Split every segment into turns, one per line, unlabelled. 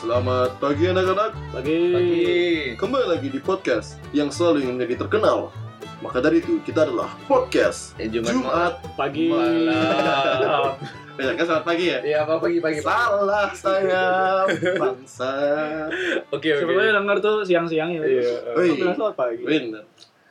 Selamat pagi anak-anak.
Pagi.
Kembali lagi di podcast yang selalu ingin menjadi terkenal. Maka dari itu kita adalah podcast
Eh,
Jumat.
Pagi.
Malam. Banyak kan selamat pagi ya?
Iya, apa pagi pagi. Pak.
Salah saya bangsa.
Oke oke.
Sebetulnya denger tuh siang-siang ya.
Iya.
Oi.
Kok bilang selamat pagi.
Bener.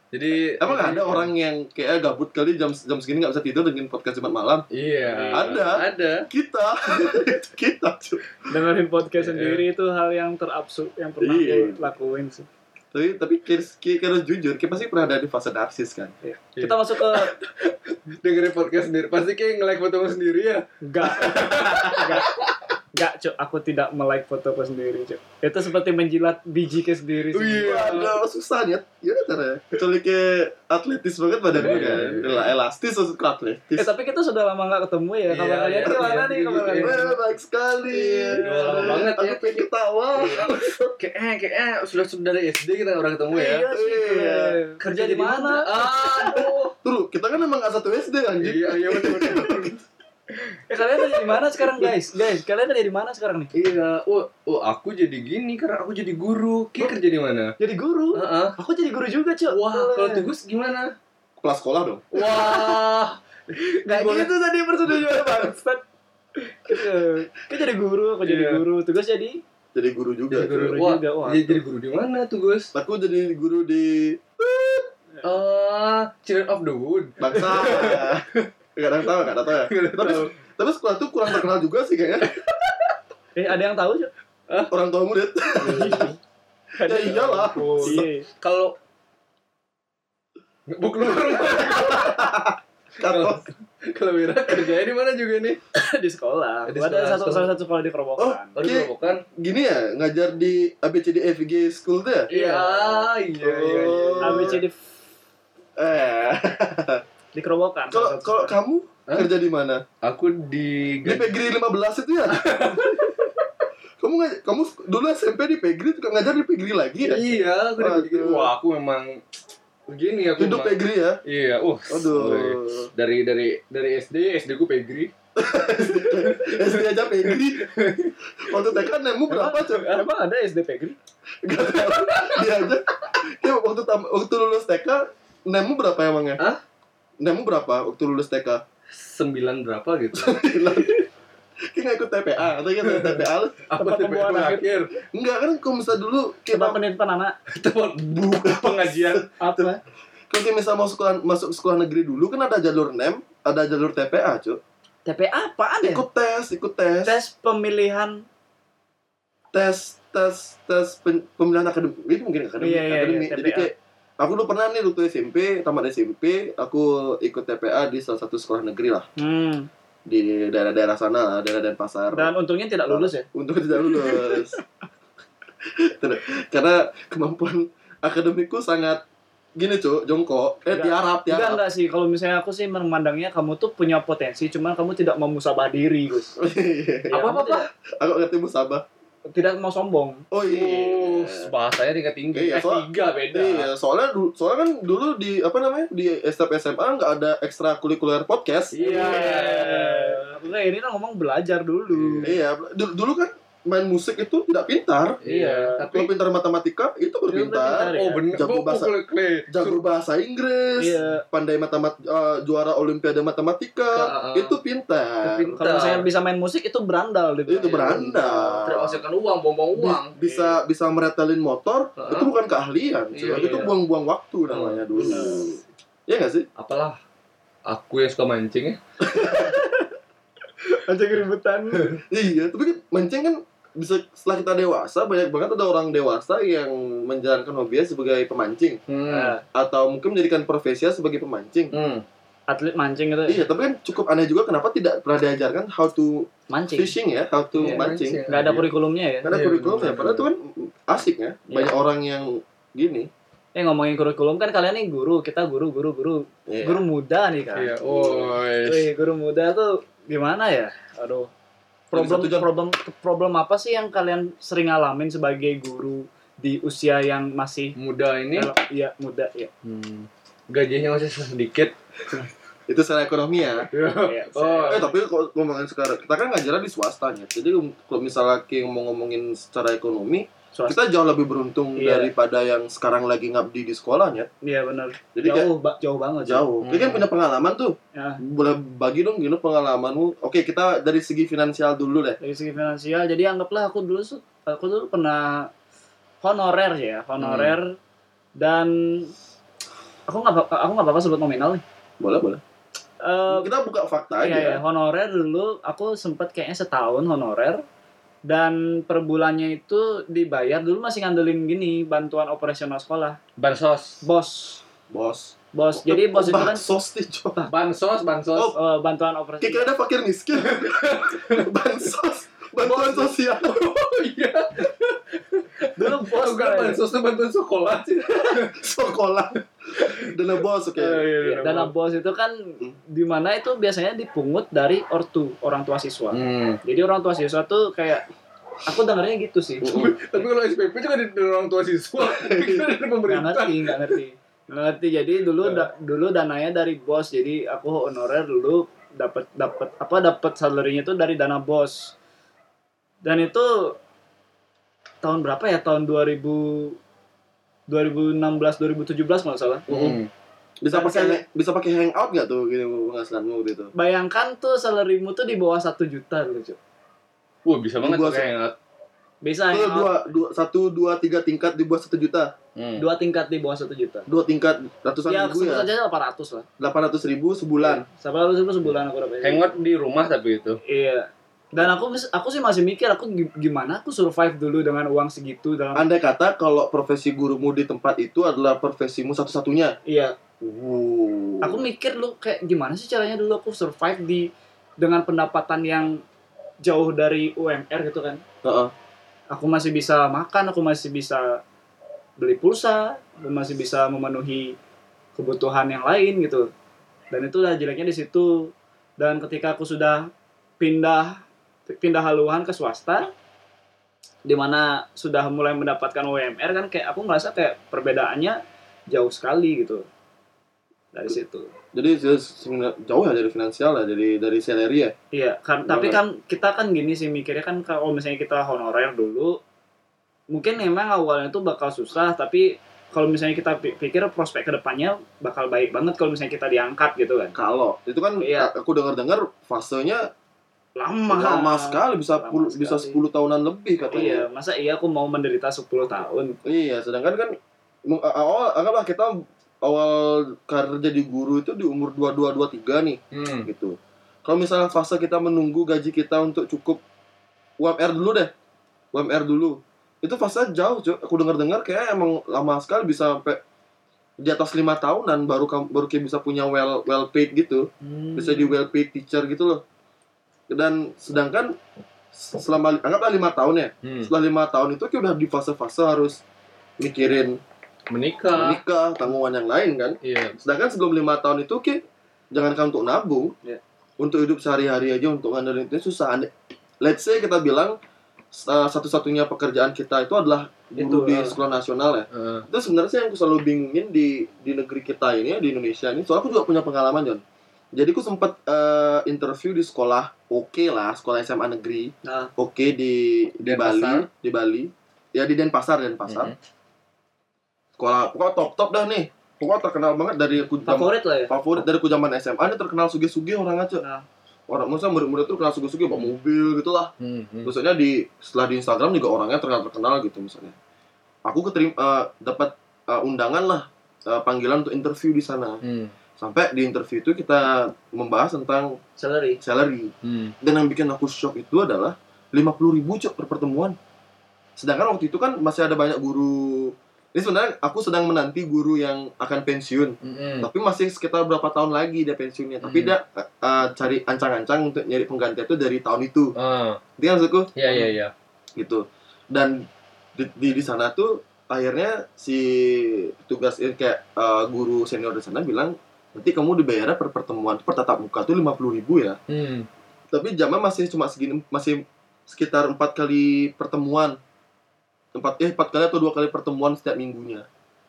Jadi
Emang
Iya.
ada orang yang kayak "Eh, gabut kali jam jam segini nggak bisa tidur dengan podcast Jumat malam?
Iya.
Ada.
Ada.
Kita, kita cuy.
Dengerin podcast
Iya.
sendiri itu hal yang terabsurd yang pernah
Iya.
gue lakuin sih.
Tapi tapi kita harus jujur, kita pasti pernah ada di fase narsis kan?
Iya.
Kita masuk ke
Dengerin podcast sendiri. Pasti kayak nge-like foto lu sendiri ya.
enggak. Enggak. Enggak, Cuk. Aku tidak melike fotoku sendiri, Cuk. Itu seperti menjilat biji ke sendiri.
Oh, iya.
Waduh, susah nyet. Ya udah caranya. Kecuali kayak atletis banget badan gue kan.
Iya, iya, iya.
Lah, elastis maksud ke atletis.
Eh, tapi kita sudah lama nggak ketemu ya.
Iya,
Kabar kalian
iya,
gimana
iya,
nih? Kabar
iya, iya.
kalian?
Wah, Eh, baik sekali.
Iya, udah lama banget
Aku
ya.
pengen ketawa.
Kayak eh kayak eh sudah sudah dari SD kita orang ketemu ya.
Iya, sih,
Iya.
gue. Kerja di mana?
Aduh.
Tuh, kita kan emang gak satu SD anjing.
Iya, iya betul betul.
Eh, kalian ada di mana sekarang, guys? Guys, kalian ada di mana sekarang nih?
Iya, oh, oh aku jadi gini karena aku jadi guru. Ki kerja di mana?
Jadi guru.
Heeh.
Aku jadi guru juga, Cuk.
Wah, kalau
Boleh.
Tugus gimana?
Kelas sekolah dong.
Wah.
Gak
Boleh.
gitu tadi persetujuan bangsat. Kan jadi guru, aku jadi
Iya.
guru. Tugas jadi
Jadi guru juga.
Jadi guru.
cuy.
Wah,
juga. Wah.
Jadi, jadi guru di mana Tugus?
Aku jadi guru di
Eh, Children of the Wood.
bangsa. Gak ada yang tahu, gak ada yang tahu ya. Tapi, tapi sekolah tuh kurang terkenal juga sih kayaknya.
Eh, ada yang tahu, Cuk?
Orang tua murid.
Ada
Ya
yang
iyalah.
tahu. Iya.
kalau bu keluar
Kata.
kalau Wira kerjanya di mana juga nih
Di sekolah.
Di
Gua ada
sekolah,
satu
sekolah.
salah satu sekolah di
Oh,
Kerobokan.
Aduh,
Ki,
bukan
gini ya, ngajar di ABCD FG school tuh ya?
iya iya iya
Oh.
ABC di
Eh,
di Kerobokan.
kalau kalau kamu
Hah?
kerja di mana?
aku di
Di Pegri 15 itu ya? kamu ngaj kamu dulu SMP di Pegri juga ngajar di Pegri lagi ya?
iya aku di
Aduh.
wah aku memang begini aku
Hidup
memang-
Pegri ya?
iya uh sorry.
Aduh,
dari dari dari SD SD ku pegri
SD aja Pegri. Waktu TK nemu berapa coba?
Iya, Emang ada SD Pegri?
Gak tahu. Dia aja. Ya, waktu tam- waktu lulus TK nemu berapa emangnya?
Hah?
Nemu berapa waktu lulus TK?
sembilan berapa gitu
Kayak nggak ikut TPA atau ikut TPA lu?
apa
Tempat pembuahan
akhir
Enggak kan kalau misalnya dulu kayak
Coba penelitian anak.
tempat buka pengajian
Apa?
Kalau kayak misal mau sekolah masuk sekolah negeri dulu kan ada jalur NEM, ada jalur TPA, Cuk.
TPA apaan
Iya.
ya?
Ikut tes, ikut tes. Tes
Tes pemilihan
tes tes, tes pen- pemilihan akademi. Itu mungkin akademi,
Iya, iya,
akademi.
iya,
Jadi
TPA.
kayak aku dulu pernah nih waktu SMP, tamat SMP, aku ikut TPA di salah satu sekolah negeri lah
Hmm.
di daerah-daerah sana, lah, daerah Denpasar.
Dan untungnya tidak lulus ya.
Untuk tidak lulus. Tidak- Karena kemampuan akademikku sangat gini, Cuk, jongkok. Eh,
Enggak.
tiarap,
Enggak
tiarap.
enggak sih kalau misalnya aku sih memandangnya kamu tuh punya potensi cuman kamu tidak mau musabah diri, Gus. Ya,
Apa, apa,
kamu tidak-
Iya. Aku ngerti musabah.
Tidak mau sombong.
Oh
oh
iya.
bahasanya tingkat tinggi
Iya,
S
soal-
tiga beda
Iya, soalnya dulu, soalnya kan dulu di apa namanya di setiap SMA nggak ada ekstrakurikuler podcast.
Iya.
Aku kayak ini kan ngomong belajar dulu.
Iya, dulu, dulu kan main musik itu tidak pintar.
Iya,
Kalau
tapi Iya,
pintar matematika itu
Dulu
berpintar.
pintar ya.
oh bener
Jago
Kok
bahasa-
kukul kle.
Jago bahasa Inggris,
Iya.
pandai matemat eh, juara Olimpiade matematika,
Heeh.
itu pintar.
Iya, ah, Tapi-
Kalau misalnya bisa main musik itu berandal gitu.
Itu berandal.
Iya, Tidak menghasilkan uang, buang-buang
Bi-
uang.
bisa bisa meretelin motor,
Heeh.
itu bukan keahlian, cuy.
Iya,
itu
iya.
buang-buang waktu namanya dulu. Iya nggak sih?
Apalah aku yang suka mancing ya.
Aja keributan.
Iya, tapi kan mancing kan bisa setelah kita dewasa banyak banget ada orang dewasa yang menjalankan hobinya sebagai pemancing
Nah,
Hmm.
atau mungkin menjadikan profesinya sebagai pemancing.
Atlet mancing gitu.
Iya, tapi kan cukup aneh juga kenapa tidak pernah diajarkan how to
Mancing.
fishing ya, how
Iya,
to mancing.
Enggak ada kurikulumnya ya.
Karena
Iya,
kurikulumnya,
benar.
padahal itu kan asik ya.
Iya.
Banyak orang yang gini.
Eh ngomongin kurikulum kan kalian nih guru, kita guru, guru, guru.
Iya.
Guru muda nih kan.
Iya, oi.
Wih, guru muda tuh gimana ya? Aduh. Problem
Satu jam.
problem problem apa sih yang kalian sering alamin sebagai guru di usia yang masih
Muda ini
Iya, muda ya.
hmm, gajinya masih sedikit.
itu secara ekonomi ya
Iya,
Oh.
Eh tapi kalau ngomongin sekarang, kita kan ngajarnya di swastanya. Jadi um, kalau misalnya King mau ngomongin secara ekonomi,
Swasta.
kita jauh lebih beruntung
Iya.
daripada yang sekarang lagi ngabdi di sekolahnya.
Iya benar.
Jadi kayak
Jauh, ba- jauh banget. sih.
jauh. Dia kan
Hmm.
punya pengalaman tuh.
Ya,
Boleh bagi dong gini pengalamanmu. Oke, kita dari segi finansial dulu deh.
dari segi finansial. Jadi anggaplah aku dulu su- aku dulu pernah honorer ya, honorer
Hmm.
dan aku nggak bak- aku nggak bakal sebut nominal nih.
Boleh, boleh.
Eh,
kita buka fakta aja.
Iya, iya, honorer dulu aku sempat kayaknya setahun honorer dan per bulannya itu dibayar dulu masih ngandelin gini bantuan operasional sekolah
Bansos.
bos
Bos.
bos
Oh,
jadi bos itu kan
Bansos nih, Cok.
Bansos, bansos.
eh, bantuan
Kayak
operasional
ada fakir miskin. Bansos. Bantuan sosial.
Oh iya.
dulu bos kan.
Oh, enggak, bansos tuh bantuan sekolah sih.
Sekolah. Dana bos, oke.
Oh, iya,
Iya,
iya, Hmm.
dana bos itu kan dimana itu biasanya dipungut dari ortu orang tua siswa
Hmm.
jadi orang tua siswa tuh kayak aku dengarnya gitu sih
Oh,
Mm-mm.
Tapi kalau SPP juga dari dari orang tua siswa, Kita dari
nggak
pemerintah.
ngerti nggak ngerti nggak ngerti jadi dulu
Iya.
da- dulu dananya dari bos jadi aku honorer dulu dapat dapat apa dapat salary-nya itu dari dana bos dan itu tahun berapa ya tahun 2000 2016 2017 kalau nggak salah
Hmm.
Mm-mm.
eh,
Bisa pakai bisa pakai hangout nggak tuh gini penghasilanmu gitu?
bayangkan tuh salarymu tuh di bawah 1 juta dulu cuy
Wah bisa banget
Gua
tuh kayak
bisa
Itu
hangout,
dua, dua, satu, dua, tiga tingkat di bawah satu juta.
hmm.
dua tingkat di bawah 1 juta
Dua tingkat ratusan
ya
ribu
sebut
ya.
saja 800 lah
Delapan ratus ribu sebulan.
Sabar lu sebulan aku dapat
hangout di rumah tapi itu.
Iya. Dan aku mis- aku sih masih mikir aku gi- gimana aku survive dulu dengan uang segitu dalam
Andai kata kalau profesi gurumu di tempat itu adalah profesimu satu-satunya.
iya.
Wow.
Aku mikir lu kayak gimana sih caranya dulu aku survive di dengan pendapatan yang jauh dari UMR gitu kan.
Heeh.
Aku masih bisa makan, aku masih bisa beli pulsa, aku masih bisa memenuhi kebutuhan yang lain gitu. Dan itulah jeleknya di situ. Dan ketika aku sudah pindah pindah haluan ke swasta, dimana sudah mulai mendapatkan UMR kan kayak aku ngerasa kayak perbedaannya jauh sekali gitu dari situ.
Jadi se- se- jauh ya dari finansial ya, dari dari salary ya.
Iya, kan, tapi kan kita kan gini sih mikirnya kan kalau misalnya kita honorer dulu, mungkin memang awalnya tuh bakal susah, tapi kalau misalnya kita pi- pikir prospek kedepannya bakal baik banget kalau misalnya kita diangkat gitu kan.
Kalau itu kan
Iya.
aku dengar-dengar fasenya
Lama.
lama sekali bisa
Lama
pul- bisa 10
sekali.
tahunan lebih katanya.
Iya, masa iya aku mau menderita 10 tahun?
Iya, sedangkan kan meng- awal anggaplah kita awal karir jadi guru itu di umur 22 23 nih
Hmm.
gitu. Kalau misalnya fase kita menunggu gaji kita untuk cukup UMR dulu deh. UMR dulu. Itu fase jauh, cuy. Aku dengar-dengar kayak emang lama sekali bisa sampai di atas lima tahunan baru kam- baru kayak bisa punya well well paid gitu.
Hmm.
Bisa di well paid teacher gitu loh. Dan sedangkan selama anggaplah lima tahun ya.
Hmm.
Setelah lima tahun itu kayak udah di fase-fase harus mikirin
Menikah.
menikah, tanggungan yang lain kan.
Iya.
Sedangkan sebelum lima tahun itu oke, jangankan untuk nabung,
Iya.
untuk hidup sehari-hari aja untuk ngandelin itu susah. Ande- Let's say kita bilang uh, satu-satunya pekerjaan kita itu adalah guru
Itu,
di
uh.
sekolah nasional ya.
Eh,
Itu sebenarnya sih yang aku selalu bingungin di di negeri kita ini ya, di Indonesia ini. Soalnya aku juga punya pengalaman John. Jadi aku sempat uh, interview di sekolah oke lah, sekolah SMA negeri
Nah.
oke di di Bali,
Denpasar.
di Bali. Ya di Denpasar, Denpasar sekolah pokoknya top top dah nih pokoknya terkenal banget dari aku zaman-
Favorit lah ya.
favorit dari aku zaman SMA ini terkenal suge-suge orang aja
Nah.
orang maksudnya murid-murid tuh kenal suge-suge bawa mobil gitu lah
Hmm, hmm.
maksudnya di setelah di Instagram juga orangnya terkenal terkenal gitu misalnya aku keterima eh, dapat eh, undangan lah eh, panggilan untuk interview di sana
Hmm,
sampai di interview itu kita membahas tentang
Salary.
salary
hmm.
dan yang bikin aku shock itu adalah 50.000 ribu cok per pertemuan sedangkan waktu itu kan masih ada banyak guru ini sebenarnya aku sedang menanti guru yang akan pensiun
Hmm.
tapi masih sekitar berapa tahun lagi dia pensiunnya tapi
Hmm.
dia eh, eh, cari ancang-ancang untuk nyari pengganti itu dari tahun itu
Ah,
itu kan maksudku
iya iya iya.
gitu dan di di, di sana tuh akhirnya si tugas eh, kayak eh, guru senior di sana bilang nanti kamu dibayarnya per pertemuan per tatap muka tuh 50.000 ribu ya
Hmm.
tapi jamnya masih cuma segini masih sekitar empat kali pertemuan empat eh empat kali atau dua kali pertemuan setiap minggunya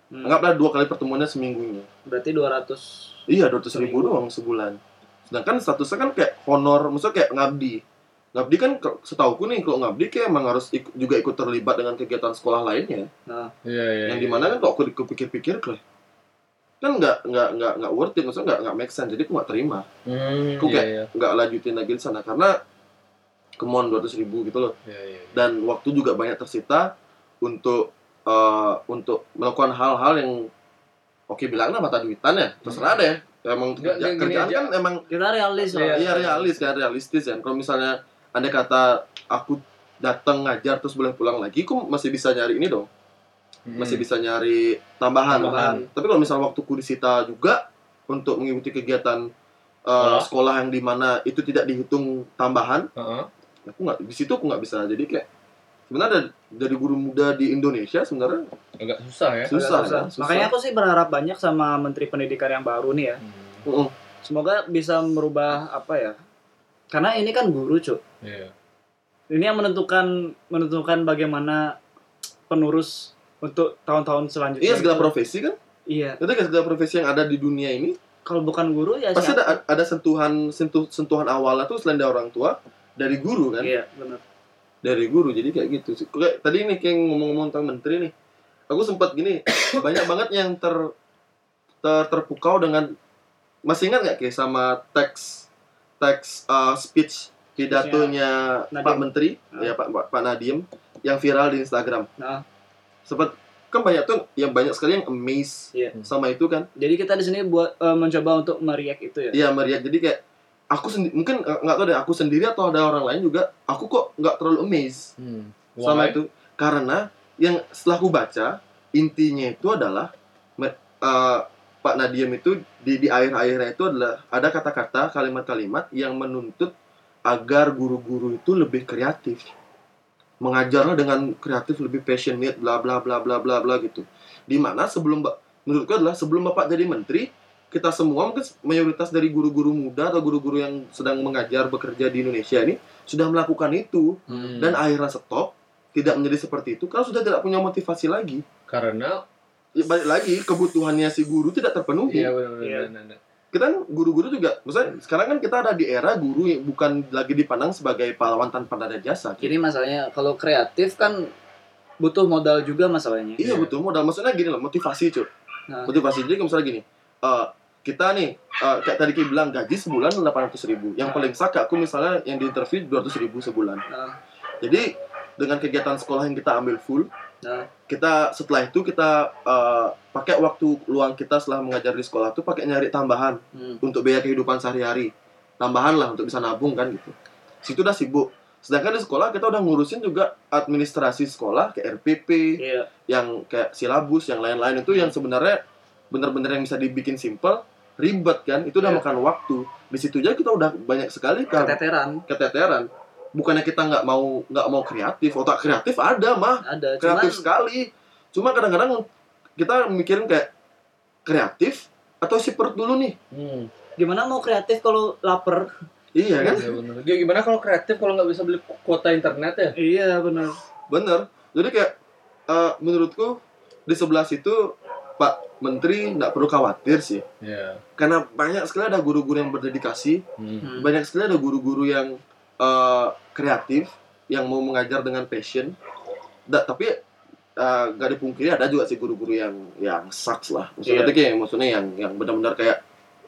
Hmm.
Anggaplah dua kali pertemuannya seminggunya.
Berarti 200
Iya, 200 ribu
Seminggu.
doang sebulan. Sedangkan statusnya kan kayak honor, maksudnya kayak ngabdi. Ngabdi kan ke- setauku nih, kalau ngabdi kayak emang harus ik- juga ikut terlibat dengan kegiatan sekolah lainnya.
Iya, iya.
Yang dimana kan kalau aku di- kupikir-pikir, kayak, kan nggak nggak nggak nggak worth it, maksudnya nggak nggak make sense. Jadi aku nggak terima,
Hmm,
Oke.
iya, iya.
nggak lanjutin lagi di sana karena kemauan 200 ribu gitu loh.
Iya, iya.
Dan waktu juga banyak tersita untuk eh, untuk melakukan hal-hal yang oke bilangnya mata duitan ya, terserah deh. Emang kerja-
Nggak, nggak, gini
kerjaan
aja.
kan emang
kita realis
Iya.
lah.
Iya realis kan realistis kan. Kalau misalnya anda kata aku datang ngajar terus boleh pulang lagi, aku masih bisa nyari ini dong, masih
Hmm,
bisa nyari tambahan.
Tambahan.
Tapi kalau misalnya waktuku disita juga untuk mengikuti kegiatan uh,
Sekolah.
sekolah yang dimana itu tidak dihitung tambahan,
Heeh.
aku nggak di situ aku nggak bisa. Jadi kayak sebenarnya dari- dari guru muda di Indonesia sebenarnya
Agak susah ya.
Agak
susah,
susah.
kan? Susah.
Makanya aku sih berharap banyak sama Menteri Pendidikan yang baru nih ya.
Hmm,
Mm-mm.
Semoga bisa merubah apa ya? Karena ini kan guru, Cuk.
Iya.
Ini yang menentukan menentukan bagaimana penurus untuk tahun-tahun selanjutnya.
iya segala profesi kan.
Iya.
Itu kayak segala profesi yang ada di dunia ini
Kalau bukan guru
Iya,
ya
pasti
siapa?
ada ada sentuhan sentuh sentuhan awalnya tuh selain dari orang tua dari guru kan
Iya, benar.
dari guru jadi kayak gitu sih kayak tadi nih kayak ngomong-ngomong tentang menteri nih aku sempat gini banyak banget yang ter, ter- terpukau dengan masih ingat nggak kayak sama teks teks uh, speech pidatonya Pak
Nadiem.
Menteri
Ah.
ya Pak Pak, Pak Nadiem yang viral di Instagram
Ah.
sempat kan banyak tuh yang banyak sekali yang amazed
Iya.
sama itu kan
Jadi kita di sini buat eh, mencoba untuk meriak itu ya.
Iya meriah jadi kayak aku sendi- mungkin eh, nggak tahu deh aku sendiri atau ada orang lain juga aku kok nggak terlalu amazed
Hmm.
sama
Why?
itu karena yang setelah aku baca intinya itu adalah me- eh, Pak Nadiem itu di di akhir-akhirnya itu adalah ada kata-kata kalimat-kalimat yang menuntut agar guru-guru itu lebih kreatif mengajarlah dengan kreatif lebih passionate bla bla bla bla bla bla gitu dimana sebelum Ba- menurutku adalah sebelum bapak jadi menteri kita semua mungkin mayoritas dari guru-guru muda atau guru-guru yang sedang mengajar bekerja di Indonesia ini sudah melakukan itu
Hmm.
dan akhirnya stop tidak menjadi seperti itu karena sudah tidak punya motivasi lagi
karena
ya, balik lagi kebutuhannya si guru tidak terpenuhi
iya benar
Iya.
benar.
kita kan guru-guru juga maksudnya sekarang kan kita ada di era guru yang bukan lagi dipandang sebagai pahlawan tanpa dada jasa
Iya,
Jadi masalahnya kalau kreatif kan butuh modal juga masalahnya.
iya betul modal maksudnya gini loh motivasi cuy
Nah.
motivasi jadi kayak misalnya gini eh, kita nih eh, kayak tadi Ki bilang gaji sebulan 800.000 ribu yang
Nah.
paling sak aku misalnya yang diinterview 200.000 ribu sebulan
Nah.
jadi dengan kegiatan sekolah yang kita ambil full
Nah.
kita setelah itu kita eh, pakai waktu luang kita setelah mengajar di sekolah tuh pakai nyari tambahan
Hmm.
untuk biaya kehidupan sehari-hari tambahan lah untuk bisa nabung kan gitu situ udah sibuk sedangkan di sekolah kita udah ngurusin juga administrasi sekolah ke RPP
Iya.
yang kayak silabus yang lain-lain itu yang sebenarnya bener-bener yang bisa dibikin simple ribet kan itu udah
Iya.
makan waktu di situ aja kita udah banyak sekali kan
Keteteran
keteteran bukannya kita nggak mau nggak mau kreatif otak kreatif ada mah
ada. Cuman
kreatif sekali cuma kadang-kadang kita mikirin kayak kreatif atau si perut dulu nih
Hmm.
gimana mau kreatif kalau lapar?
iya kan
Iya, benar. Dia Gimana kalau kreatif kalau nggak bisa beli kuota internet ya?
Iya benar.
bener jadi kayak eh, menurutku di sebelah situ Pak Menteri nggak perlu khawatir sih
Iya.
karena banyak sekali ada guru-guru yang berdedikasi
Hmm.
Hmm.
banyak sekali ada guru-guru yang eh, kreatif yang mau mengajar dengan passion Da- tapi eh, nggak dipungkiri ada juga sih guru-guru yang yang sucks lah maksudnya
Iya.
tuh kayak maksudnya yang yang benar-benar kayak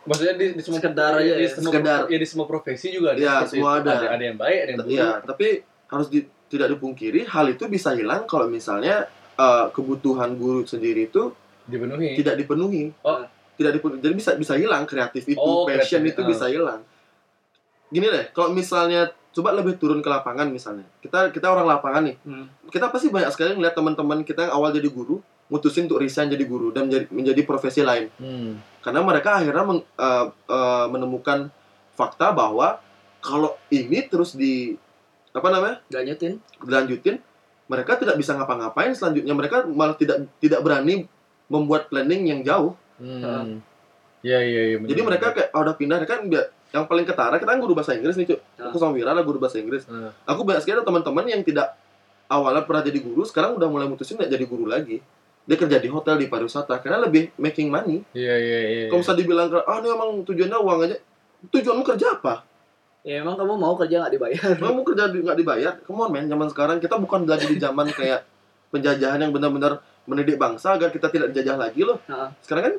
Maksudnya di, di semua
Sekedar aja ya.
di semua,
Sekedar.
ya di semua profesi juga ada.
Iya,
seperti
semua
itu.
ada.
ada. Ada yang baik, ada yang buruk.
Iya, tapi harus di- tidak dipungkiri hal itu bisa hilang kalau misalnya eh, kebutuhan guru sendiri itu
Dipenuhi.
tidak dipenuhi.
Oh.
Tidak dipenuhi. Jadi bisa bisa hilang kreatif itu,
Oh,
passion
kreatif,
itu
ah.
bisa hilang. Gini deh, kalau misalnya coba lebih turun ke lapangan misalnya. Kita kita orang lapangan nih.
Hmm.
Kita pasti banyak sekali ngeliat teman-teman kita yang awal jadi guru mutusin untuk resign jadi guru dan menjadi, menjadi profesi lain
Hmm.
karena mereka akhirnya men- eh, eh, menemukan fakta bahwa kalau ini terus di apa namanya
Lanjutin.
dilanjutin mereka tidak bisa ngapa-ngapain selanjutnya mereka malah tidak tidak berani membuat planning yang jauh
Ah.
Hmm. Iya, iya, iya. benar.
jadi mereka kayak "Ah, udah pindah kan nggak- yang paling ketara kita kan guru bahasa Inggris nih cuy
Ah.
aku sama Wira lah guru bahasa Inggris
Ah.
aku banyak sekali ada teman-teman yang tidak awalnya pernah jadi guru sekarang udah mulai mutusin nggak jadi guru lagi dia kerja di hotel di pariwisata karena lebih making money
Iya iya iya.
kalau misalnya dibilang ke- ah ini emang tujuannya uang aja tujuanmu kerja apa?
Ya emang kamu mau kerja nggak dibayar?
Kamu kerja di- nggak dibayar? Come on men, zaman sekarang kita bukan lagi di zaman kayak penjajahan yang benar-benar mendidik bangsa agar kita tidak dijajah lagi loh.
Heeh.
Sekarang kan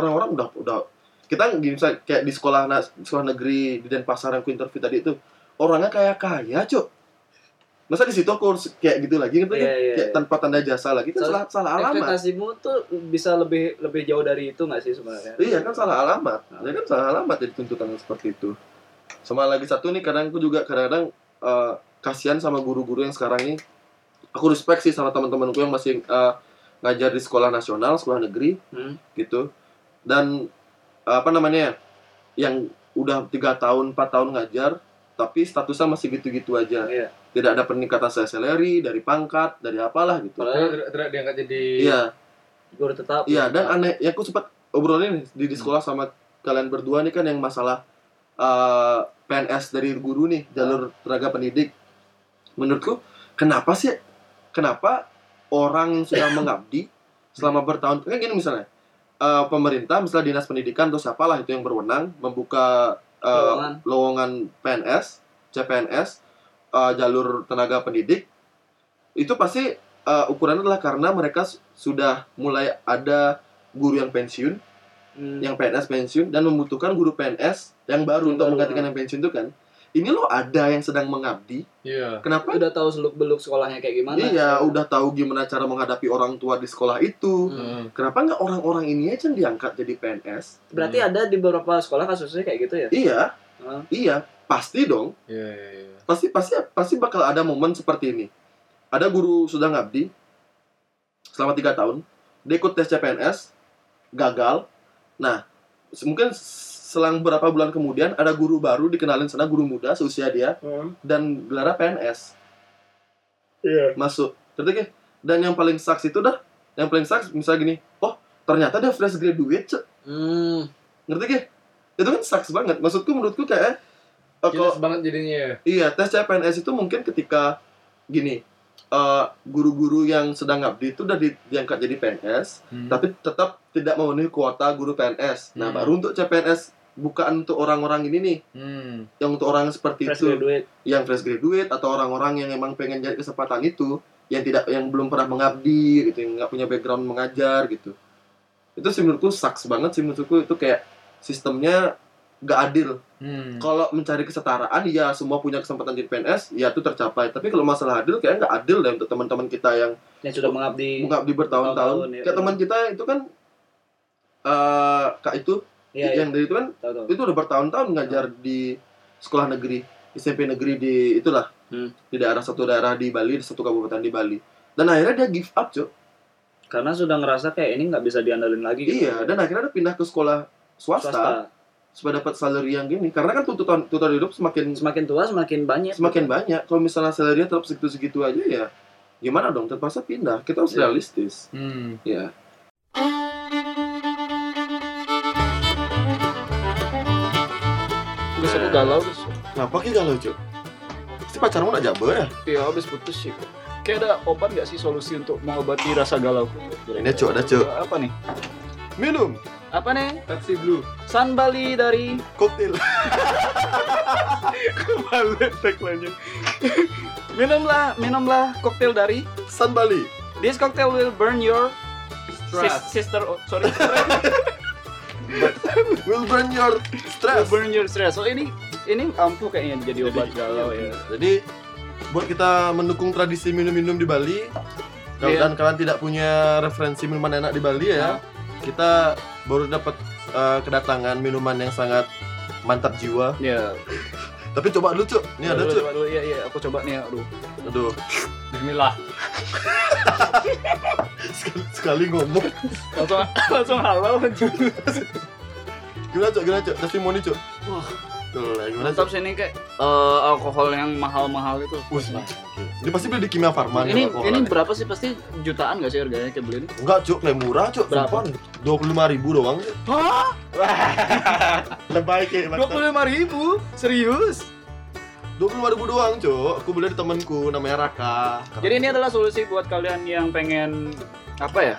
orang-orang udah udah kita gini misalnya kayak di sekolah na- sekolah negeri di Denpasar yang ku interview tadi itu orangnya kayak kaya cuk. Masa di situ aku harus kayak gitu lagi gitu
Iya,
kan?
iya,
Kayak
iya.
tanpa tanda jasa lagi kan
So-
salah salah alamat.
Ekspektasimu tuh bisa lebih lebih jauh dari itu nggak sih sebenarnya?
Iya kan salah alamat. Dia kan salah alamat jadi tuntutan yang seperti itu. Sama lagi satu nih kadang aku juga kadang-kadang eh, kasihan sama guru-guru yang sekarang ini. Aku respect sih sama teman-temanku yang masih eh, ngajar di sekolah nasional, sekolah negeri
Hmm.
gitu. Dan eh, apa namanya? ya, Yang udah tiga tahun, 4 tahun ngajar tapi statusnya masih gitu-gitu aja.
Iya.
Tidak ada peningkatan salary dari pangkat, dari apalah gitu.
Padahal
Terus tidak- tidak diangkat jadi
Iya.
guru tetap.
Iya dan aneh ya aku sempat obrolin nih di, di sekolah sama kalian berdua nih kan yang masalah eh, PNS dari guru nih jalur tenaga pendidik. Menurutku kenapa sih kenapa orang yang sudah mengabdi selama bertahun kan gini misalnya eh, pemerintah misalnya dinas pendidikan atau siapalah itu yang berwenang membuka eh,
Lowongan.
lowongan PNS, CPNS, eh, jalur tenaga pendidik itu pasti eh, ukurannya adalah karena mereka su- sudah mulai ada guru yang pensiun,
Hmm.
yang PNS pensiun dan membutuhkan guru PNS yang baru
Yang
untuk
baru,
menggantikan
nah.
yang pensiun itu kan. Ini lo ada yang sedang mengabdi,
Iya.
kenapa?
udah tahu seluk beluk sekolahnya kayak gimana?
Iya, udah tahu gimana cara menghadapi orang tua di sekolah itu.
Hmm.
Heeh.
Kenapa nggak orang-orang ini aja yang diangkat jadi PNS?
Berarti ada di beberapa sekolah kasusnya kayak gitu ya?
Iya,
Hmm.
iya, pasti dong.
Iya iya iya.
pasti pasti pasti bakal ada momen seperti ini ada guru sudah ngabdi selama tiga tahun dia ikut tes CPNS gagal nah se- mungkin selang berapa bulan kemudian ada guru baru dikenalin sana guru muda seusia dia dan gelarnya PNS
Iya.
masuk ngerti gak? dan yang paling saks itu dah yang paling saks misalnya gini oh ternyata dia fresh graduate Cek."
Hmm.
ngerti gak? itu kan saks banget maksudku menurutku kayak eh, kalau-
Jelas banget jadinya ya.
Iya, tes CPNS itu mungkin ketika gini, eh, guru-guru yang sedang ngabdi itu udah di- diangkat jadi PNS, tapi tetap tidak memenuhi kuota guru PNS. Nah,
Hmm.
baru untuk CPNS bukan untuk orang-orang ini nih,
Hmm.
yang untuk orang seperti
Fresh
itu,
graduate.
yang fresh graduate atau orang-orang yang emang pengen cari kesempatan itu, yang tidak yang belum pernah mengabdi gitu, yang nggak punya background mengajar gitu. Itu sih menurutku sucks banget sih menurutku itu kayak sistemnya nggak adil
Hmm.
kalau mencari kesetaraan ya semua punya kesempatan jadi PNS ya itu tercapai tapi kalau masalah adil kayaknya nggak adil deh untuk teman-teman kita yang
Yang sudah mengabdi.
mengabdi bertahun-tahun
Iya. Bertahun-tahun, ya.
kayak teman kita itu kan eh kak itu
Iya, iya.
yang dari itu kan
Tahu tahu.
itu udah bertahun-tahun ngajar di sekolah negeri SMP negeri di itulah
Hmm.
di daerah satu daerah di Bali di satu kabupaten di Bali dan akhirnya dia give up cuy
Karena sudah ngerasa kayak ini nggak bisa diandalin lagi. gitu.
iya dan akhirnya dia pindah ke sekolah swasta,
Swasta.
supaya dapat salary yang gini karena kan tuntutan tuntutan hidup semakin
Semakin tua semakin banyak.
semakin banyak kalau misalnya salary tetap segitu-segitu aja ya gimana dong terpaksa pindah kita harus
Iya.
realistis
Hmm.
ya
Guys aku galau guys
kenapa kita galau cuk si pacarmu gak jabo ya
Ya habis putus sih Kak. Kayak ada obat gak sih solusi untuk mengobati rasa galau
Ini, Cuk, ada, Cuk.
Apa nih?
minum
Apa nih?
Pepsi Blue.
San Bali dari
koktail
Balik tagline Minumlah, minumlah koktail dari
San Bali
This cocktail will burn your sis-
Stress.
sister oh, sorry
will burn your
will
stress
burn your stress. So ini ini ampuh kayaknya jadi obat galau ya.
jadi buat kita mendukung tradisi minum-minum di Bali kalau
Iya.
dan kalian tidak punya referensi minuman enak di Bali ya kita baru dapat eh, kedatangan minuman yang sangat mantap jiwa
Ya.
tapi coba dulu cuk ini ada
Aduh,
cuk
coba dulu. Iya, iya, aku coba nih, aduh.
aduh
Bismillah.
sekali, sekali ngomong
Langsung langsung halal anjing.
Gimana cok, gimana cok, testimoni cok
Wah.
Tuh lah, gimana
Mantap
cok
sih ini kayak eh, alkohol yang mahal-mahal itu.
Wih, Dia pasti beli di Kimia Farma nih,
ini
Pak,
ini
alkoholannya.
berapa sih pasti jutaan gak sih harganya kayak beli ini?
Enggak cok, lebih murah cok
Berapa?
Dua puluh lima ribu doang
Hah?
Lebay kayak
Dua puluh lima ribu? Serius?
Dua puluh lima ribu doang cok Aku beli dari temanku, namanya Raka
Jadi ini adalah solusi buat kalian yang pengen apa ya?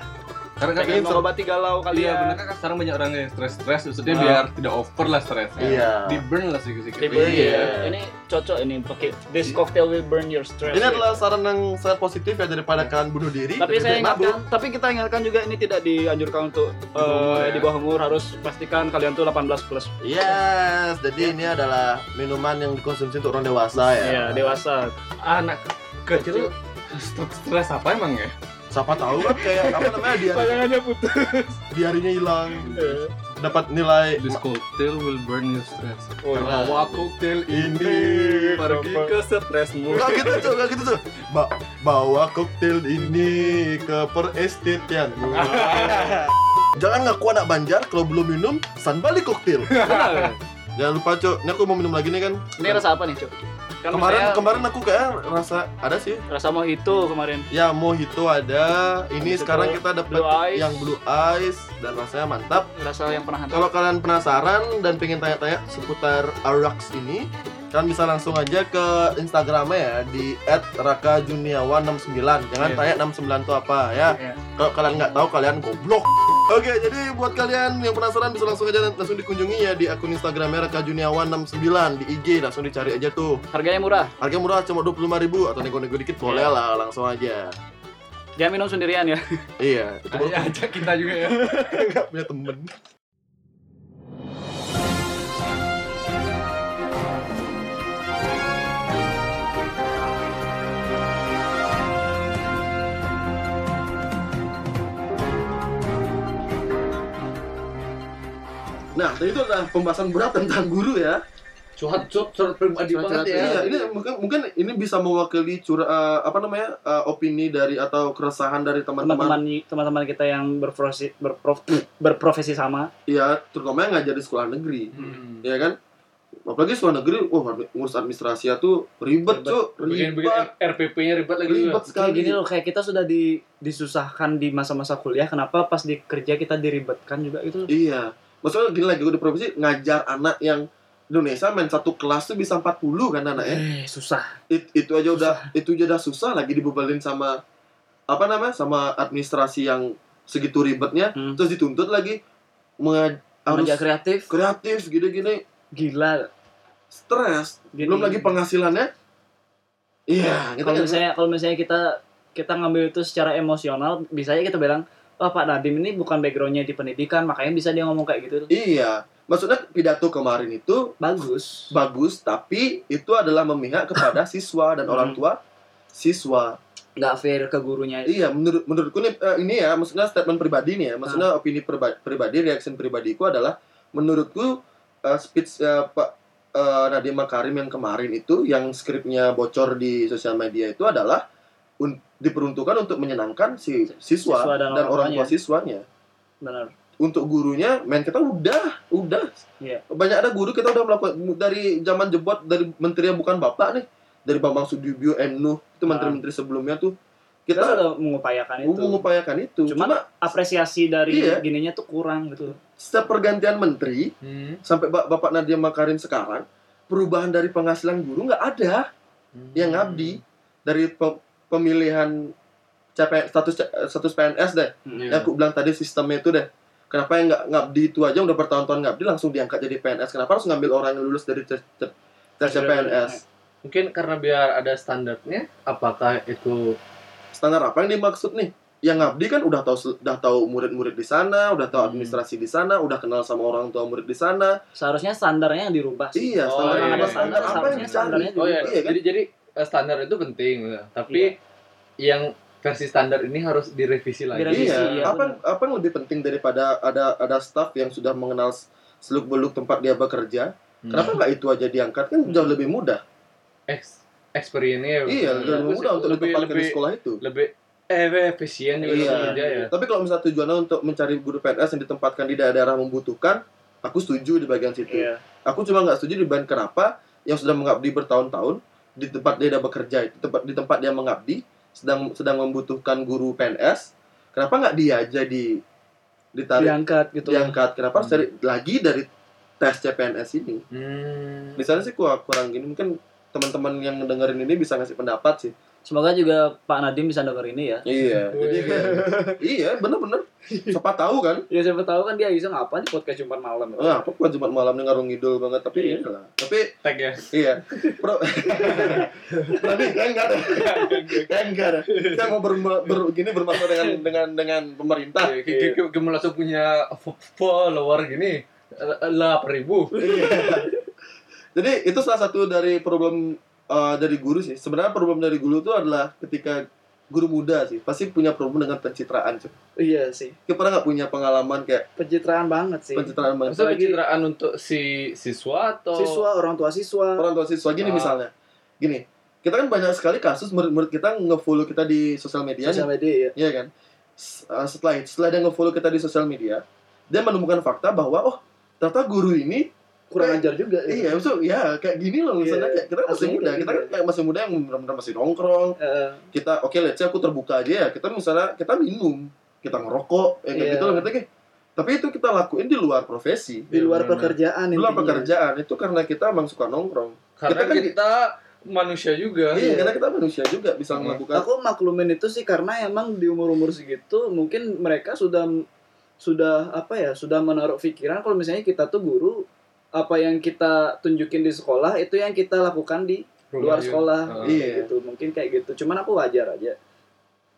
Karena kan
pengen
emang-
mengobati galau kalian
Iya, bener kan sekarang banyak orang yang stres-stres, maksudnya
Ah.
biar tidak over lah stresnya.
Iya.
Di burn lah sedikit-sedikit.
They burn
Iya.
ya. Ini cocok ini pakai
Iya.
this cocktail will burn your stress. Iya.
Ini adalah saran yang sangat positif ya daripada kalian bunuh diri.
tapi
lebih
saya
baik
ingatkan,
mabuk.
tapi kita ingatkan juga ini tidak dianjurkan untuk
bawah
eh,
umur ya.
di bawah umur harus pastikan kalian tuh 18 plus.
Yes, jadi ini adalah minuman yang dikonsumsi untuk orang dewasa ya.
Iya, dewasa.
Anak kecil stres, stres apa emang ya?
Siapa tahu kan kayak apa namanya diari,
Bayangannya putus.
diarinya hilang, dapat nilai
This cocktail will burn your stress.
Oh,
Karena
nah.
wah cocktail ini
Ini,
pergi
Bapak.
ke stresmu.
Enggak gitu tuh, enggak gitu tuh. Ba- bawa koktail ini ke perestetian. Jangan ngaku anak Banjar kalau belum minum san balik koktail. Jangan lupa, Cok. Ini aku mau minum lagi nih kan.
Ini rasa apa nih, Cok? Kan
kemarin
saya
kemarin aku kayak rasa ada sih.
rasa mojito kemarin.
Ya, mojito ada. Ini
Mojito,
sekarang kita dapat
blue ice.
yang blue ice dan rasanya mantap.
Rasa yang pernah hantar.
Kalau kalian penasaran dan pengen tanya-tanya seputar Arax ini, kalian bisa langsung aja ke Instagramnya ya di @rakajuniawan69. Jangan
Iya.
tanya 69 itu apa ya.
Iya.
Kalau kalian nggak tahu kalian goblok. Oke, jadi buat kalian yang penasaran bisa langsung aja langsung dikunjungi ya di akun Instagramnya rakajuniawan69 di IG langsung dicari aja tuh.
Harganya murah.
Harga murah cuma 25.000 atau nego-nego dikit boleh lah langsung aja.
Dia minum sendirian ya.
Iya, itu baru
Ayo ajak kita juga ya.
nggak punya temen. Nah, tadi itu adalah pembahasan berat tentang guru ya.
Cuat-cuat surat pribadi
Curhat-curhat
banget
ya.
Iya,
ya.
ini mungkin mungkin ini bisa mewakili cura, eh, apa namanya eh, opini dari atau keresahan dari teman-teman.
teman-teman teman-teman kita yang berprofesi berprof- berprofesi sama
Iya, terutama yang ngajar di sekolah negeri.
Hmm.
ya kan apalagi sekolah negeri wah ngurus administrasi tuh ribet
Ribet.
cuk
Bikin-bikin
ribet
RPP-nya ribet lagi.
ribet
kayak
sekali
gini loh kayak kita sudah di disusahkan di masa-masa kuliah kenapa pas di kerja kita diribetkan juga gitu itu
iya maksudnya gini lagi gue di provinsi ngajar anak yang Indonesia main satu kelas tuh bisa 40 kan anak ya
eh susah
It- itu aja udah itu aja udah susah lagi dibebalin sama apa namanya sama administrasi yang segitu ribetnya
Hmm.
terus dituntut lagi menge- harus
Kerja kreatif
kreatif gini-gini
gila
stres
Gini.
belum lagi penghasilannya iya kita
kalau
kan-
misalnya kalau misalnya kita kita ngambil itu secara emosional bisa aja kita bilang Wah Pak Nadim ini bukan backgroundnya di pendidikan makanya bisa dia ngomong kayak gitu
iya maksudnya pidato kemarin itu
bagus
bagus tapi itu adalah memihak kepada siswa dan
Hmm.
orang tua siswa
nggak fair ke gurunya
iya menurut menurutku nih eh, ini ya maksudnya statement pribadi nih ya maksudnya opini perba- pribadi reaction pribadiku adalah menurutku eh, speech eh, pak eh, Nadiem Makarim yang kemarin itu yang skripnya bocor di sosial media itu adalah un- diperuntukkan untuk menyenangkan si siswa,
Siswa
dan, orang
dan orang
tua
tuanya.
siswanya
benar
untuk gurunya main kita udah udah
Iya.
banyak ada guru kita udah melakukan dari zaman jebot dari menteri yang bukan bapak nih dari bambang sudibyo M Nuh itu menteri-menteri sebelumnya tuh
kita
kita
sudah mengupayakan Nah, itu
mengupayakan itu
Cuman-
cuma
apresiasi dari
Iya.
gininya tuh kurang gitu
setiap pergantian menteri
Hmm.
sampai Ba- bapak Nadiem Makarim sekarang perubahan dari penghasilan guru nggak ada
Hmm.
yang ngabdi dari pe- pemilihan CP, status status PNS deh
Iya.
yang aku bilang tadi sistemnya itu deh kenapa yang nggak ngabdi itu aja udah bertahun-tahun ngabdi langsung diangkat jadi PNS kenapa harus ngambil orang yang lulus dari tes tes- tes
Iya,
PNS
Mungkin karena biar ada standarnya, apakah itu
standar apa yang dimaksud nih yang ngabdi kan udah tahu sel- udah tahu murid-murid di sana udah tahu
Hmm.
administrasi di sana udah kenal sama orang tua murid di sana
seharusnya standarnya yang dirubah sih.
iya
Oh,
standar,
iya,
apa
iya.
standar apa yang
Standarnya-
dicari
standarnya
Oh iya,
Iya kan?
jadi jadi eh, standar itu penting, ya. tapi yang versi standar ini harus direvisi lagi.
Direvisi,
iya
iya,
apa yang- apa yang lebih penting daripada ada ada staff yang sudah mengenal seluk beluk tempat dia bekerja
Hmm.
kenapa nggak itu aja diangkat kan jauh lebih mudah
Ex experience-nya
iya
bagus.
jauh lebih mudah untuk
lebih
ditempatkan di
lebih
sekolah itu
lebih eh, efisien juga
Iya.
dalam kerja ya.
Tapi kalau misalnya tujuannya untuk mencari guru PNS yang ditempatkan di daerah-daerah membutuhkan, aku setuju di bagian situ.
Iya.
Aku cuma nggak setuju di bagian kenapa yang sudah mengabdi bertahun-tahun di tempat dia dah bekerja, di tempat di tempat dia mengabdi sedang sedang membutuhkan guru PNS, kenapa nggak dia aja di ditarik
Diangkat gitu.
diangkat? Kenapa harus cari lagi dari tes CPNS ini?
Hmm.
Di sana sih kurang kurang gini mungkin teman-teman yang dengerin ini bisa ngasih pendapat sih.
Semoga juga Pak Nadim bisa denger ini ya.
Iya, jadi kayak, iya bener-bener. Siapa tahu kan?
Ya siapa tahu kan dia bisa ngapain di podcast Jumat malam. ya.
Eh, apa bukan Jumat malam nih ngarung ngidul banget, tapi iya lah. Tapi
Tag ya.
Iya. Pro. Tapi kan enggak ada. Kan enggak ada. Kita mau ber, ber gini bermasalah dengan dengan dengan pemerintah.
Kayak- kayak- kayak Kamu langsung punya fo- follower gini. eh, Lah ribu.
Iya. Jadi itu salah satu dari problem eh, dari guru sih. Sebenarnya problem dari guru itu adalah ketika guru muda sih pasti punya problem dengan pencitraan. cuy.
Iya sih.
Kita pernah nggak punya pengalaman kayak
Pencitraan banget sih. Oh.
pencitraan banget?
Maksudnya pencitraan untuk si siswa atau
Siswa, orang tua siswa.
orang tua siswa gini
Ah.
misalnya. Gini, kita kan banyak sekali kasus murid-murid kita nge-follow kita di sosial media nih.
Sosial media ya.
Iya kan? S- uh, Setelah setelah dia nge-follow kita di sosial media, dia menemukan fakta bahwa oh ternyata guru ini
Kurang
Eh,
ajar juga. ya.
iya maksud ya kayak gini loh
Iya,
misalnya
iya.
kayak kita kan masih
Aslinya
muda
kayak
kita
gitu.
kan kayak masih muda yang benar-benar masih nongkrong
Eh,
kita oke let's say aku terbuka aja ya kita misalnya kita minum kita ngerokok ya kayak
Iya.
gitu loh ngerti nggak? tapi itu kita lakuin di luar profesi
di luar
Bener-bener.
pekerjaan
di luar
intinya.
pekerjaan itu karena kita emang suka nongkrong
karena
Kita
kita,
kan-
manusia juga.
iya karena kita manusia juga bisa
Iya.
Hmm.
melakukan
Aku maklumin itu sih karena emang di umur-umur segitu mungkin mereka sudah sudah apa ya, sudah menaruh pikiran kalau misalnya kita tuh guru apa yang kita tunjukin di sekolah itu yang kita lakukan di luar
Rumah
sekolah
Ah.
Iya.
gitu mungkin kayak gitu cuman aku wajar aja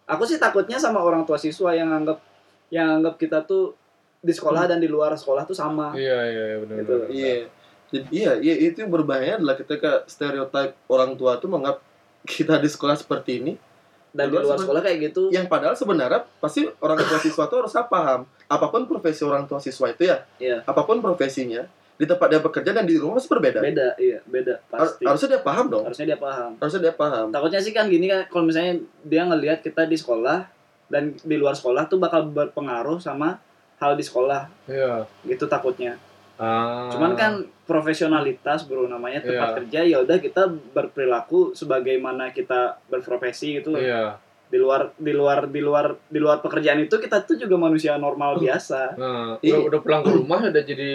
aku sih takutnya sama orang tua siswa yang anggap yang anggap kita tuh di sekolah dan di luar sekolah tuh sama
Hmm. Iya iya iya, benar.
Gitu.
benar.
Iya. Jadi iya, iya itu yang berbahaya adalah ketika stereotip orang tua tuh menganggap kita di sekolah seperti ini, Di
dan di
luar
luar
sama-
sekolah kayak gitu
Iya.
yang padahal sebenarnya pasti orang tua siswa tuh harus paham apapun profesi orang tua siswa itu ya,
Iya.
apapun profesinya di tempat dia bekerja dan di rumah pasti berbeda.
beda iya beda
Har-
pasti
harusnya dia paham dong,
harusnya dia paham
harusnya dia paham.
takutnya sih kan gini kan kalau misalnya dia ngelihat kita di sekolah dan di luar sekolah tuh bakal berpengaruh sama hal di sekolah
Iya.
gitu takutnya
Ah.
cuman kan profesionalitas bro namanya tempat
Iya.
kerja ya udah kita berperilaku sebagaimana kita berprofesi gitu
Iya.
di luar di luar di luar di luar pekerjaan itu kita tuh juga manusia
Hmm.
normal biasa
Nah,
Iya.
udah, udah pulang ke rumah udah jadi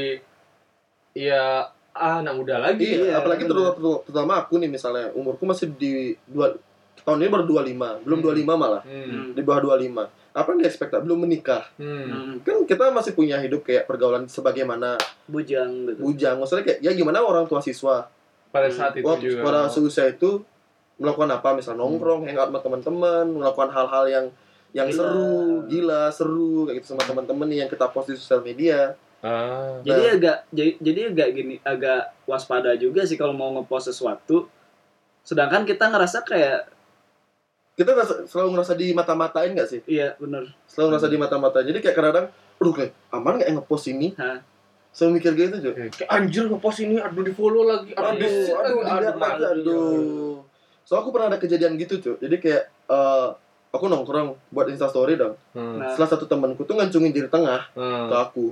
ya anak muda lagi.
Iya,
Iya,
apalagi
bener.
terutama, terutama aku nih misalnya umurku masih di dua tahun ini baru 25, belum
Hmm.
25 malah,
Hmm.
di bawah 25. Apa yang diekspektasi? Belum menikah.
Hmm.
Hmm,
Kan kita masih punya hidup kayak pergaulan sebagaimana
bujang gitu
bujang maksudnya kayak ya gimana orang tua siswa
Pada saat itu
waktu
juga. Ah.
pada seusia itu melakukan apa misal nongkrong hangout sama teman-teman melakukan hal-hal yang yang
Gila.
seru gila seru kayak gitu sama teman-teman yang kita post di sosial media Nah,
ah.
jadi agak jadi, jadi agak gini agak waspada juga sih kalau mau ngepost sesuatu sedangkan kita ngerasa kayak
kita ngerasa- selalu ngerasa di mata-matain nggak sih
iya bener
selalu ngerasa di mata-matain jadi kayak kadang-kadang aduh kayak aman nggak yang ngepost ini
Hah.
selalu mikir gitu aja
Kayak, kayak, anjir ngepost ini aduh di follow lagi aduh,
aduh
di share
aduh
lagi,
dilihat lagi
malu.
aduh so aku pernah ada kejadian gitu cuy jadi kayak eh, aku nongkrong buat instastory dong
Hmm.
nah
salah satu temanku tuh ngancungin diri tengah
Hmm.
ke aku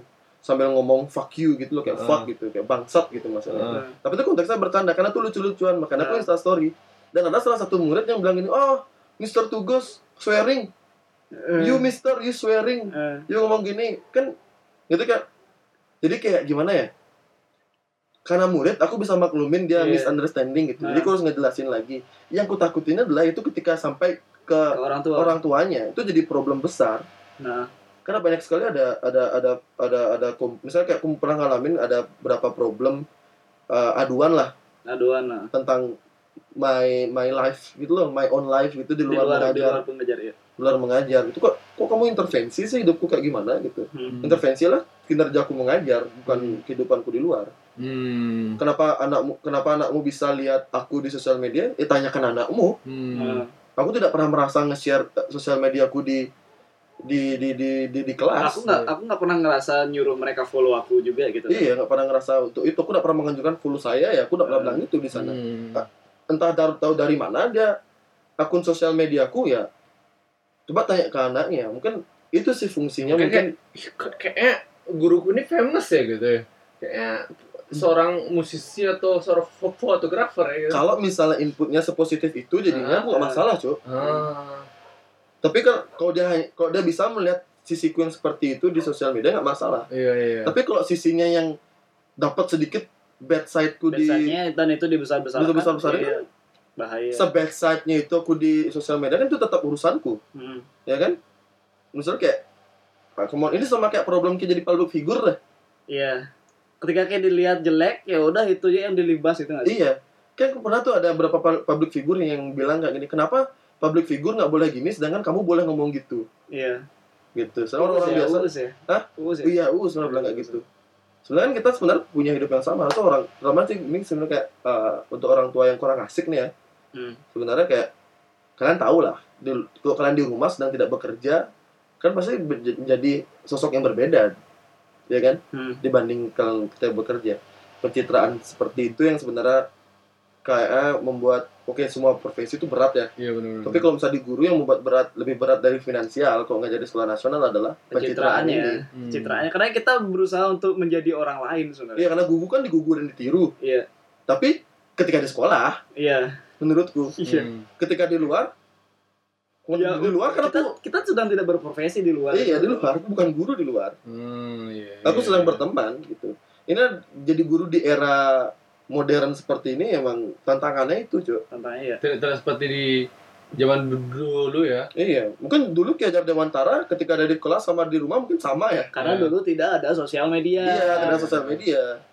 sambil ngomong fuck you gitu loh kayak
Ah.
fuck gitu kayak bangsat gitu maksudnya
Ah.
tapi itu konteksnya bercanda karena tuh lucu-lucuan makanya aku
Ah.
insta story dan ada salah satu murid yang bilang gini oh Mister Tugas swearing
eh,
you Mister you swearing
eh,
you ngomong gini kan gitu kan jadi kayak gimana ya karena murid aku bisa maklumin dia
Iya.
misunderstanding gitu jadi
Ah.
aku harus ngejelasin lagi yang ku takutin adalah itu ketika sampai ke
ke orang tua
orang tuanya itu jadi problem besar
nah
karena banyak sekali ada ada ada ada ada kom- misalnya kayak aku pernah ngalamin ada berapa problem eh, aduan lah
aduan nah
tentang my my life gitu loh my own life gitu di
di
luar,
luar di
mengajar
luar pengejar ya
di luar mengajar itu kok kok kamu intervensi sih hidupku kayak gimana gitu
Hmm.
Hmm.
intervensi lah kinerja aku mengajar bukan kehidupanku di luar
Hmm.
kenapa anakmu kenapa anakmu bisa lihat aku di sosial media eh tanyakan anakmu
Hmm.
Nah,
aku tidak pernah merasa nge-share eh, sosial media aku di di di di di, di kelas
aku nggak aku nggak pernah ngerasa nyuruh mereka follow aku juga gitu
Iya, nggak pernah ngerasa untuk itu. Aku nggak pernah mengajukan full saya ya. Aku nggak pernah
Hmm.
bilang itu di sana.
Hmm.
Entah dar- tahu dari mana dia akun sosial mediaku ya. Coba tanya ke anaknya. Mungkin itu sih fungsinya.
Mungkin
Mungkin,
Ih, kok kayaknya guruku ini famous ya gitu ya kayaknya seorang musisi atau seorang fo- fotografer ya gitu.
kalau misalnya inputnya sepositif itu, jadinya aku nggak
Ah.
masalah cuy.
Ah.
Tapi kan kalau dia kalau dia bisa melihat sisiku yang seperti itu di sosial media nggak masalah.
iya iya
Tapi kalau sisinya yang dapat sedikit bad sideku di
biasanya dan itu dibesar besarkan
besar besar
iya.
itu
bahaya.
se-bad side-nya itu aku di sosial media kan itu tetap urusanku
Hmm.
ya kan misalnya kayak Pak come on, ini sama kayak problem kita jadi public figure lah
Iya. Ketika kayak dilihat jelek, ya udah itu aja yang dilibas itu nggak sih?
iya kan aku pernah tuh ada beberapa pal- public figure yang bilang kayak gini kenapa public figure nggak boleh gini sedangkan kamu boleh ngomong gitu
Iya.
gitu Soalnya orang,
ya,
biasa
Uus ya.
Hah?
Uus ya.
iya uh sebenarnya bilang kayak gitu sebenarnya kan kita sebenarnya punya hidup yang sama atau orang lama sih ini sebenarnya kayak eh, untuk orang tua yang kurang asik nih ya
Hmm.
sebenarnya kayak kalian tahu lah di, kalau kalian di rumah sedang tidak bekerja kan pasti berj- menjadi sosok yang berbeda ya kan
Hmm.
dibanding kalau kita bekerja pencitraan seperti itu yang sebenarnya kayak eh, membuat oke semua profesi itu berat ya
Iya
Hmm.
benar.
tapi kalau misalnya di guru yang membuat berat lebih berat dari finansial kalau nggak jadi sekolah nasional adalah pencitraan
Pencitraannya.
ini
Hmm.
Citraannya. Karena kita berusaha untuk menjadi orang lain sebenarnya.
iya karena gugu kan digugur dan ditiru
Iya.
tapi ketika di sekolah
Iya.
menurutku
Iya.
Hmm.
ketika di luar
Ya,
di luar kan
kita,
aku
kita sedang tidak berprofesi di luar.
iya di luar aku bukan guru di luar
Hmm, iya.
aku
iya,
sedang
iya.
berteman gitu ini jadi guru di era modern seperti ini emang tantangannya itu cuy
Tantangannya ya.
Tidak tidak seperti di zaman dulu ya.
iya mungkin dulu Ki Hajar Dewantara ketika ada di kelas sama di rumah mungkin sama ya
Karena
Iya.
dulu tidak ada sosial media.
iya karena sosial media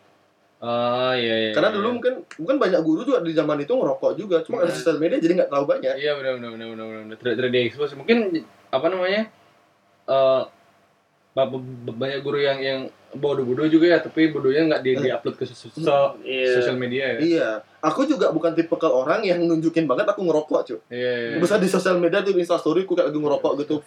Ah iya iya.
karena
iya.
dulu mungkin mungkin banyak guru juga di zaman itu ngerokok juga cuma ada
Iya.
sosial media jadi nggak tahu banyak
Iya benar benar benar benar benar. Tidak tidak diekspos. Mungkin apa namanya? Eh ba- ba- banyak guru yang yang bodoh-bodoh juga ya, tapi bodohnya nggak di, diupload ke sosial
Iya.
sosial media ya.
iya aku juga bukan tipe orang yang nunjukin banget aku ngerokok cuy
Iya. iya.
bisa di sosial media tuh di instastory aku kayak lagi ngerokok gitu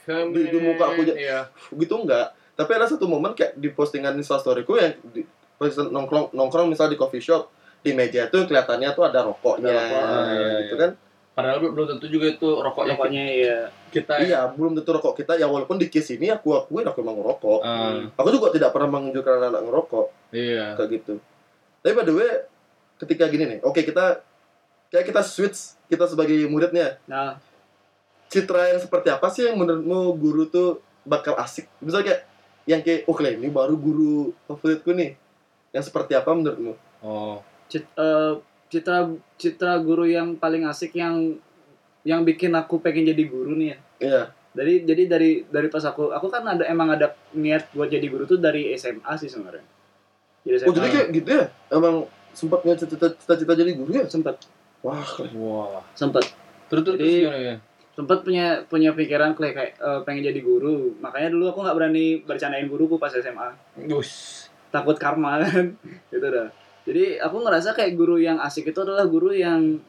di-
Feminine,
di muka aku aja.
Iya.
gitu enggak tapi ada satu momen kayak di postingan instastoryku yang di, pas nongkrong nongkrong misal di coffee shop di meja tuh kelihatannya tuh ada rokoknya
Ada rokok,
iya,
gitu
iya.
kan
Padahal belum belum tentu juga itu rokok yang
Pokoknya ya.
kita.
iya belum tentu rokok kita ya walaupun di case ini aku akuin aku emang ngerokok
Ah,
aku juga tidak pernah menunjukkan anak-anak ngerokok
iya.
kayak gitu tapi by the way ketika gini nih oke kita kayak kita switch kita sebagai muridnya
Nah,
citra yang seperti apa sih yang menurutmu guru tuh bakal asik misalnya kayak yang kayak oke ini baru guru favoritku nih yang seperti apa menurutmu
Oh.
cit- eh, citra citra guru yang paling asik yang yang bikin aku pengen jadi guru nih ya.
Iya,
Jadi jadi dari dari pas aku aku kan ada emang ada niat buat jadi guru tuh dari SMA sih sebenarnya. Jadi SMA
oh jadi kayak gitu ya? Emang sempat punya cita- cita-cita jadi guru ya?
sempet
Wah, keren.
Wah.
sempet
Terus terus
Jadi-
gimana ya?
sempet punya punya pikiran kayak kayak eh, pengen jadi guru. Makanya dulu aku nggak berani bercandain guruku pas SMA.
Us.
Takut karma kan. gitu dah. Jadi aku ngerasa kayak guru yang asik itu adalah guru yang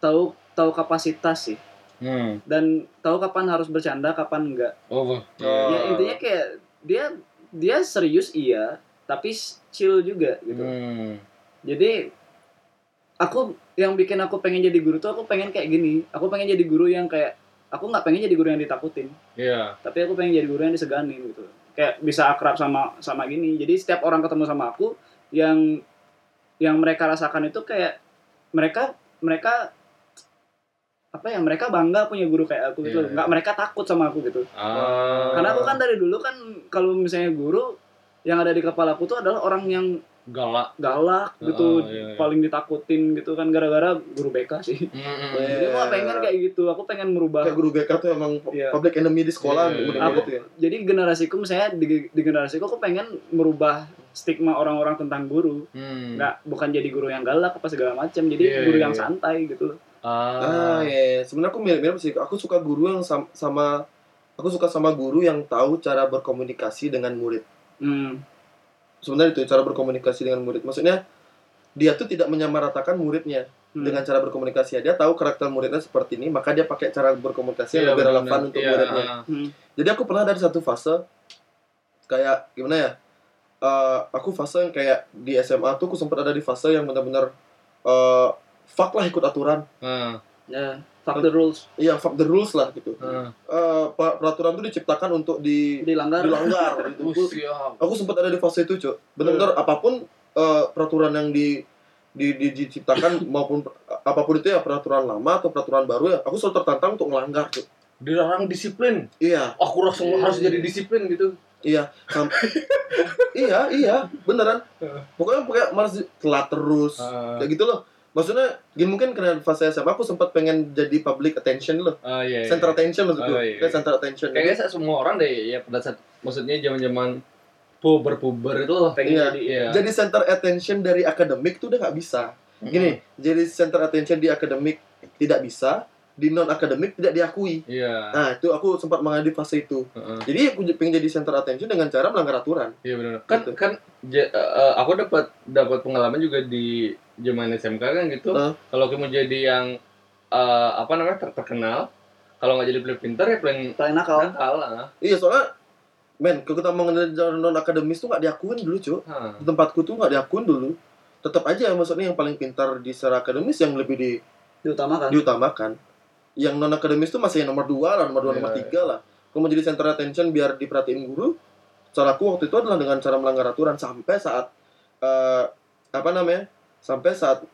tahu tahu kapasitas sih
Hmm.
dan tahu kapan harus bercanda, kapan enggak.
Oh. wah.
Oh.
ya intinya kayak dia dia serius iya tapi s- chill juga gitu
Hmm.
jadi aku yang bikin aku pengen jadi guru tuh aku pengen kayak gini aku pengen jadi guru yang kayak aku nggak pengen jadi guru yang ditakutin
Iya.
tapi aku pengen jadi guru yang diseganin gitu kayak bisa akrab sama sama gini jadi setiap orang ketemu sama aku yang yang mereka rasakan itu kayak mereka mereka apa ya mereka bangga punya guru kayak aku gitu
Iya,
loh.
iya.
nggak mereka takut sama aku gitu
Ah.
karena aku kan dari dulu kan kalau misalnya guru yang ada di kepala aku tuh adalah orang yang
galak.
galak
Ah,
gitu,
iya, iya.
paling ditakutin gitu kan gara-gara guru BK sih.
Hmm,
Iya.
Jadi aku nggak pengen kayak gitu, aku pengen merubah.
Kayak guru BK tuh emang
Iya.
public enemy di sekolah
Iya, iya,
murid
iya.
murid ya.
Jadi generasiku misalnya di, di generasiku aku pengen merubah stigma orang-orang tentang guru.
Hmm.
Nggak bukan jadi guru yang galak apa segala macam, jadi
Iya,
guru
iya,
yang
iya.
santai gitu. loh.
Ah,
Ah.
iya. Sebenarnya aku mirip-mirip sih. Aku suka guru yang sam- sama aku suka sama guru yang tahu cara berkomunikasi dengan murid.
Hmm.
Sebenarnya itu cara berkomunikasi dengan murid. Maksudnya dia tuh tidak menyamaratakan muridnya
Hmm.
dengan cara berkomunikasi. Dia tahu karakter muridnya seperti ini, maka dia pakai cara berkomunikasi
Iya,
yang lebih
benar-benar.
relevan untuk
Iya,
muridnya.
ah.
Hmm.
Jadi aku pernah dari satu fase kayak gimana ya? Eh, aku fase yang kayak di SMA tuh aku sempat ada di fase yang benar-benar eh fuck lah ikut aturan.
Ah.
Ya, fuck the rules,
Iya, fuck the rules lah gitu.
Ah.
Eh, per- peraturan tuh diciptakan untuk di
dilanggar.
dilanggar gitu. Aku,
Us, ya.
aku sempat ada di fase itu, Cuk. Benar-benar
Iya.
apapun eh, peraturan yang di di, di- diciptakan maupun apapun itu ya peraturan lama atau peraturan baru ya aku selalu tertantang untuk melanggar Cuk.
Dilarang disiplin.
iya
Aku harus harus jadi disiplin gitu.
iya iya beneran pokoknya pokoknya malas telat terus
Iya. Ah.
ya gitu loh maksudnya gini mungkin karena fase SMA aku sempat pengen jadi public attention loh
Ah, iya, iya.
center attention maksudku
Oh, iya,
Kayak
iya.
center attention
Kayaknya saya semua orang deh ya pada saat maksudnya zaman-zaman puber-puber itu loh.
pengen
Iya.
jadi
Iya.
jadi center attention dari akademik tuh udah nggak bisa gini jadi center attention di akademik tidak bisa di non akademik tidak diakui
Iya.
nah itu aku sempat menghadapi fase itu
Heeh.
jadi aku pengen jadi center attention dengan cara melanggar aturan
Iya benar. Kan
Gitu.
kan ja- eh, aku dapat dapat pengalaman juga di zaman SMK kan gitu.
Heeh.
Kalau kamu jadi yang eh, apa namanya ter- terkenal, kalau nggak jadi paling pintar ya paling
Paling nakal.
nakal lah.
iya soalnya men kalau kita mengenai jalan non akademis tuh nggak diakuin dulu cuy
Hah.
di tempatku tuh nggak diakuin dulu tetap aja maksudnya yang paling pintar di secara akademis yang lebih di,
Diutamakan.
Iya. diutamakan yang non akademis tuh masih nomor dua lah nomor dua
Iya,
nomor
iya.
tiga lah kalau mau jadi center attention biar diperhatiin guru caraku waktu itu adalah dengan cara melanggar aturan sampai saat eh, apa namanya sampai saat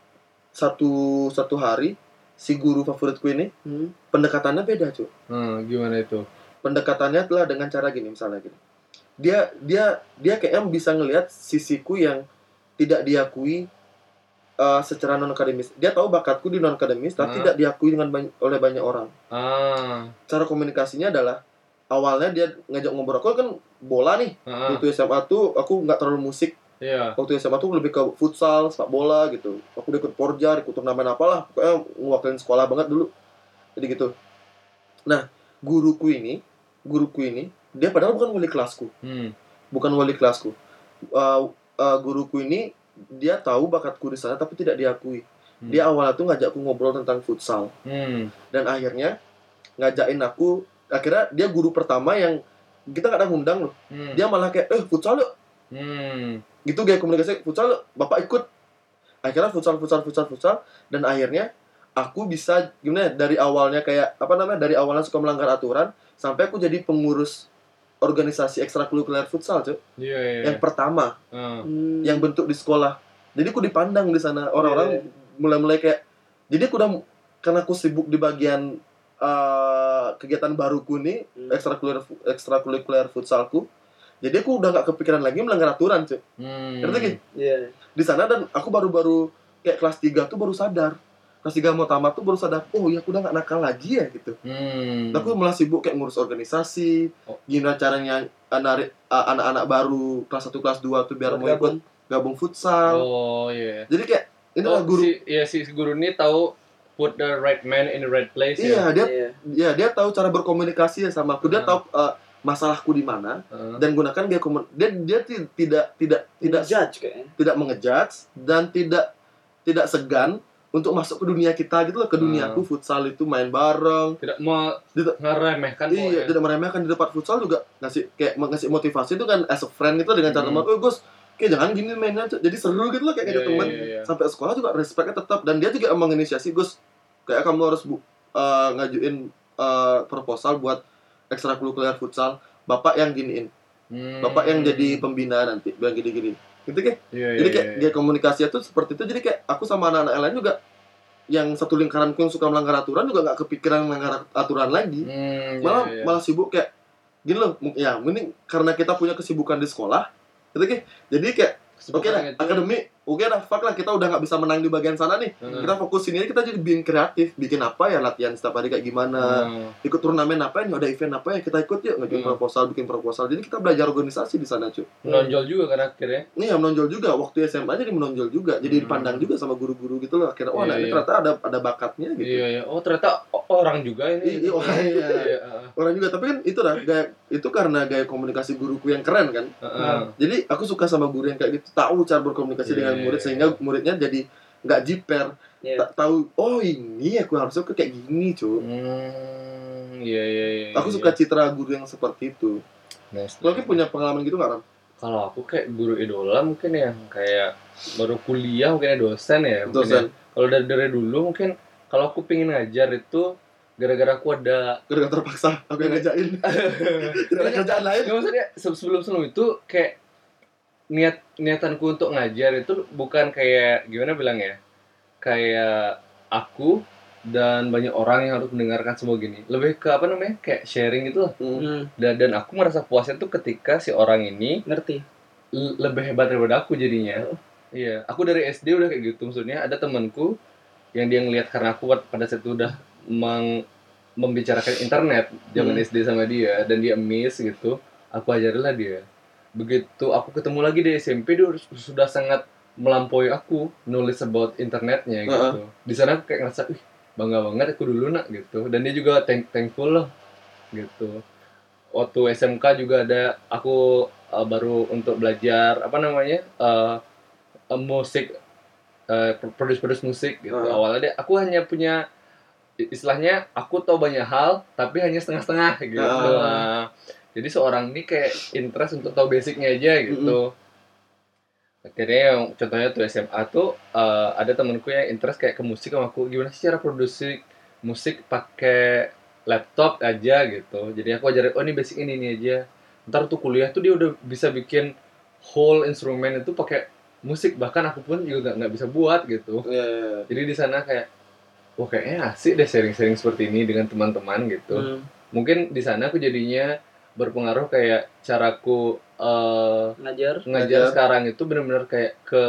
satu satu hari si guru favoritku ini
Hmm.
pendekatannya beda cuy
Hmm, gimana itu?
pendekatannya telah dengan cara gini misalnya gini dia dia dia kayaknya bisa ngelihat sisiku yang tidak diakui eh, secara non akademis dia tahu bakatku di non akademis tapi
Hmm.
tidak diakui dengan bany- oleh banyak orang
Ah,
cara komunikasinya adalah awalnya dia ngajak ngobrol aku kan bola nih
ah,
waktu SMA tuh aku nggak terlalu musik
iya.
waktu SMA tuh lebih ke futsal sepak bola gitu aku udah ikut porjar ikut turnamen apalah pokoknya ngewakilin sekolah banget dulu jadi gitu nah guruku ini guruku ini dia padahal bukan wali kelasku
Hmm.
bukan wali kelasku Uh, uh, guruku ini dia tahu bakatku di sana tapi tidak diakui
Hmm.
dia awalnya tuh ngajakku ngobrol tentang futsal
Hmm.
dan akhirnya ngajakin aku akhirnya dia guru pertama yang kita kadang ngundang loh
Hmm.
dia malah kayak eh futsal yuk
Hmm.
gitu gaya komunikasi futsal yuk. bapak ikut akhirnya futsal futsal futsal futsal dan akhirnya aku bisa gimana ya, dari awalnya kayak apa namanya dari awalnya suka melanggar aturan sampai aku jadi pengurus organisasi ekstrakurikuler futsal cuy
Iya, iya.
yang pertama
Ah.
Hmm.
yang bentuk di sekolah jadi aku dipandang di sana orang-orang mulai-mulai kayak jadi aku udah karena aku sibuk di bagian eh, kegiatan baruku nih
Hmm.
ekstrakurikuler ekstrakurikuler futsalku jadi aku udah nggak kepikiran lagi melanggar aturan cuy
Hmm.
ngerti gak?
Iya.
di sana dan aku baru-baru kayak kelas 3 tuh baru sadar kelas 3 mau tamat tuh baru sadar oh ya aku udah nggak nakal lagi ya gitu
Hmm.
Dan aku malah sibuk kayak ngurus organisasi
Oh.
gimana caranya narik, eh, anak-anak baru kelas 1 kelas 2 tuh biar mau ikut
Bergabung.
gabung futsal
Oh, iya.
jadi kayak ini
Oh,
lah guru
si, iya, si guru ini tahu put the right man in the right place ya.
iya dia
Iya.
ya dia tahu cara berkomunikasi ya sama aku dia
Hmm.
tahu eh, masalahku di mana
Ah.
dan gunakan gaya komun dia dia ti- tidak tidak tidak
judge kayaknya.
tidak mengejudge dan tidak tidak segan untuk masuk ke dunia kita gitu loh ke
Hmm.
duniaku futsal itu main bareng
tidak mau
Tidak-
ngeremehkan
iya
pokoknya.
tidak meremehkan di tempat futsal juga ngasih kayak ngasih motivasi itu kan as a friend itu dengan cara
Hmm.
teman oh Gus kayak jangan gini mainnya Cuk." jadi seru gitu loh kayak ada
Iya,
teman
iya, iya.
sampai sekolah juga respectnya tetap dan dia juga emang inisiasi Gus kayak kamu harus bu, eh, ngajuin eh, proposal buat ekstrakurikuler futsal bapak yang giniin
Hmm.
bapak yang jadi pembina nanti bilang gini-gini gitu kayak
Iya, iya,
jadi kayak
iya.
gaya komunikasinya tuh seperti itu jadi kayak aku sama anak-anak lain juga yang satu lingkaranku yang suka melanggar aturan juga nggak kepikiran melanggar aturan lagi
Hmm, iya,
malah
iya.
malah sibuk kayak gini loh mung- ya mending karena kita punya kesibukan di sekolah gitu kayak jadi kayak
Kesibukan
oke lah
gitu.
akademik oke lah fuck lah kita udah nggak bisa menang di bagian sana nih
Hmm.
kita fokus sini aja, kita jadi bikin kreatif bikin apa ya latihan setiap hari kayak gimana
Hmm.
ikut turnamen apa ya ada event apa ya kita ikut yuk ngajuin
Hmm.
proposal bikin proposal jadi kita belajar organisasi di sana cuy
menonjol juga kan akhirnya.
ini ya menonjol juga waktu SMA jadi menonjol juga jadi
Hmm.
dipandang juga sama guru-guru gitu loh akhirnya wah
Iya,
anak ini
iya.
ternyata ada ada bakatnya gitu
Iya, iya. Oh, ternyata o- orang juga
Iya,
ini.
iya, orang, iya.
Iya,
orang juga tapi kan itu lah gaya, itu karena gaya komunikasi guruku yang keren kan
heeh.
jadi aku suka sama guru yang kayak gitu tahu cara berkomunikasi
Hmm. Iya,
dengan
iya,
murid
iya.
sehingga muridnya jadi nggak jiper
Iya.
Tak tahu oh ini aku harusnya kayak gini cuy
Hmm, iya, iya, iya.
aku
iya.
suka citra guru yang seperti itu
Nice,
lo
nice.
kan punya pengalaman gitu nggak Ram?
Kalau aku kayak guru idola mungkin yang kayak baru kuliah mungkin ya dosen ya. mungkin ya.
dosen
Kalau dari dari dulu mungkin kalau aku pengen ngajar itu gara-gara aku ada
gara-gara terpaksa aku yang ngajain tidak ada kerjaan lain
Nggak, maksudnya sebelum sebelum itu kayak niat niatanku untuk ngajar itu bukan kayak gimana bilang ya kayak aku dan banyak orang yang harus mendengarkan semua gini lebih ke apa namanya kayak sharing gitu lah
Hmm.
dan, dan aku merasa puasnya tuh ketika si orang ini
Ngerti.
l- lebih hebat daripada aku jadinya iya aku dari SD udah kayak gitu maksudnya ada temanku yang dia ngelihat karena aku pad- pada saat itu udah meng- membicarakan internet zaman SD sama dia dan dia miss gitu aku ajarilah dia begitu aku ketemu lagi di SMP dia udah- sudah sangat melampaui aku nulis about internetnya gitu di sana aku kayak ngerasa ih bangga banget aku dulu nak gitu dan dia juga thank thankful loh gitu waktu SMK juga ada aku eh, baru untuk belajar apa namanya eh, eh, musik eh, pro- produce-produce musik gitu.
Heeh.
Awalnya dia- aku hanya punya i- istilahnya aku tahu banyak hal tapi hanya setengah-setengah gitu.
Heeh.
Nah, jadi seorang ini kayak interest untuk tahu basicnya aja gitu. Akhirnya yang contohnya tuh SMA tuh eh, ada temenku yang interest kayak ke musik sama aku gimana sih cara produksi musik pakai laptop aja gitu. Jadi aku ajarin oh ini basic ini ini aja. Ntar tuh kuliah tuh dia udah bisa bikin whole instrumen itu pakai musik bahkan aku pun juga nggak- nggak bisa buat gitu
Iya,
jadi di sana kayak wah kayaknya asik deh sharing-sharing seperti ini dengan teman-teman gitu
Hmm.
mungkin di sana aku jadinya berpengaruh kayak caraku eh,
ngajar
Ngajar.
ngajar sekarang itu benar-benar kayak ke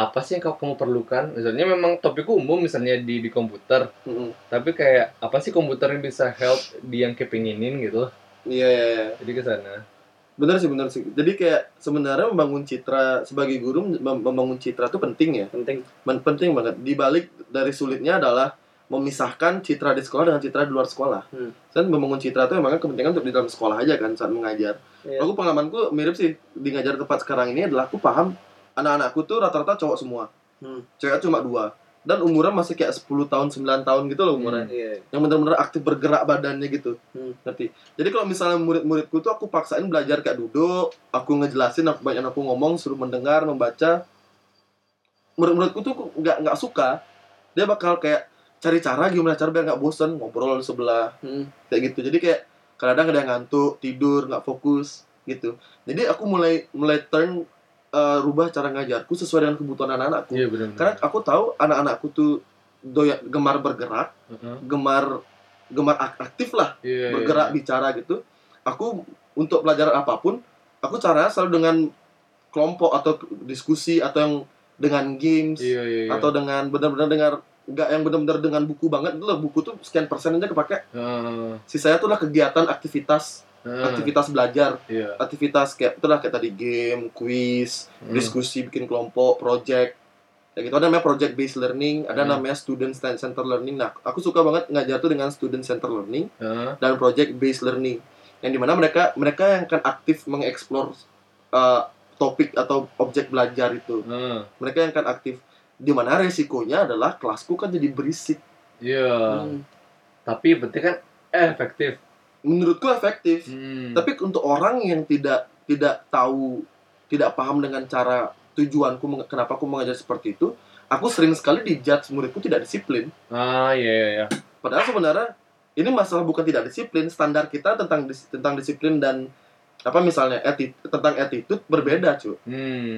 apa sih yang kau kamu perlukan misalnya memang topik umum misalnya di di komputer
Mm-mm.
tapi kayak apa sih komputer yang bisa help di yang kepinginin gitu
Iya, iya, iya.
jadi ke sana
Bener sih, bener sih. Jadi kayak sebenarnya membangun citra sebagai guru mem- membangun citra itu penting ya.
penting
Men- penting banget. Di balik dari sulitnya adalah memisahkan citra di sekolah dengan citra di luar sekolah.
Hmm.
Kan membangun citra itu memang kepentingan untuk di dalam sekolah aja kan saat mengajar.
Iya.
Aku pengalamanku mirip sih di ngajar tempat sekarang ini adalah aku paham anak-anakku tuh rata-rata cowok semua.
Hmm.
Cewek cuma dua. Dan umurnya masih kayak 10 tahun, 9 tahun gitu loh umurnya
iya
yang benar-benar aktif bergerak badannya gitu
Hmm.
ngerti jadi kalau misalnya murid-muridku tuh aku paksain belajar kayak duduk aku ngejelasin aku banyak aku ngomong suruh mendengar membaca murid-muridku tuh ku- nggak nggak suka dia bakal kayak cari cara gimana cara biar nggak bosen ngobrol sebelah
Hmm.
kayak gitu jadi kayak kadang ada yang ngantuk tidur nggak fokus gitu jadi aku mulai mulai turn eh, rubah cara ngajarku sesuai dengan kebutuhan anak-anakku
iya benar-benar
karena aku tahu anak-anakku tuh doya gemar bergerak
Heeh.
gemar gemar ak- aktif lah
Iya, iya,
bergerak bicara gitu aku untuk pelajaran apapun aku caranya selalu dengan kelompok atau diskusi atau yang dengan games
iya iya iya.
atau dengan benar-benar dengar nggak yang benar-benar dengan buku banget itu lah buku tuh sekian persen aja kepake
Heeh,
sisanya tuh lah kegiatan aktivitas
heeh.
aktivitas belajar
Iya.
aktivitas kayak itulah kayak tadi game quiz
Heeh.
diskusi bikin kelompok project kayak gitu ada namanya project based learning ada
Hmm.
namanya student stand- center learning nah aku suka banget ngajar tuh dengan student center learning
Heeh.
dan project based learning yang dimana mereka mereka yang akan aktif mengeksplor eh, topik atau objek belajar itu
Heeh.
mereka yang akan aktif dimana resikonya adalah kelasku kan jadi berisik
Iya.
Hmm.
Tapi penting kan efektif.
Eh, menurutku efektif
Hmm.
Tapi untuk orang yang tidak tidak tahu, tidak paham dengan cara tujuanku meng- kenapa aku mengajar seperti itu, aku sering sekali dijudge muridku tidak disiplin.
ah iya iya. iya.
Padahal sebenarnya ini masalah bukan tidak disiplin, standar kita tentang dis- tentang disiplin dan apa misalnya eti- tentang attitude berbeda, cuy.
Hmm.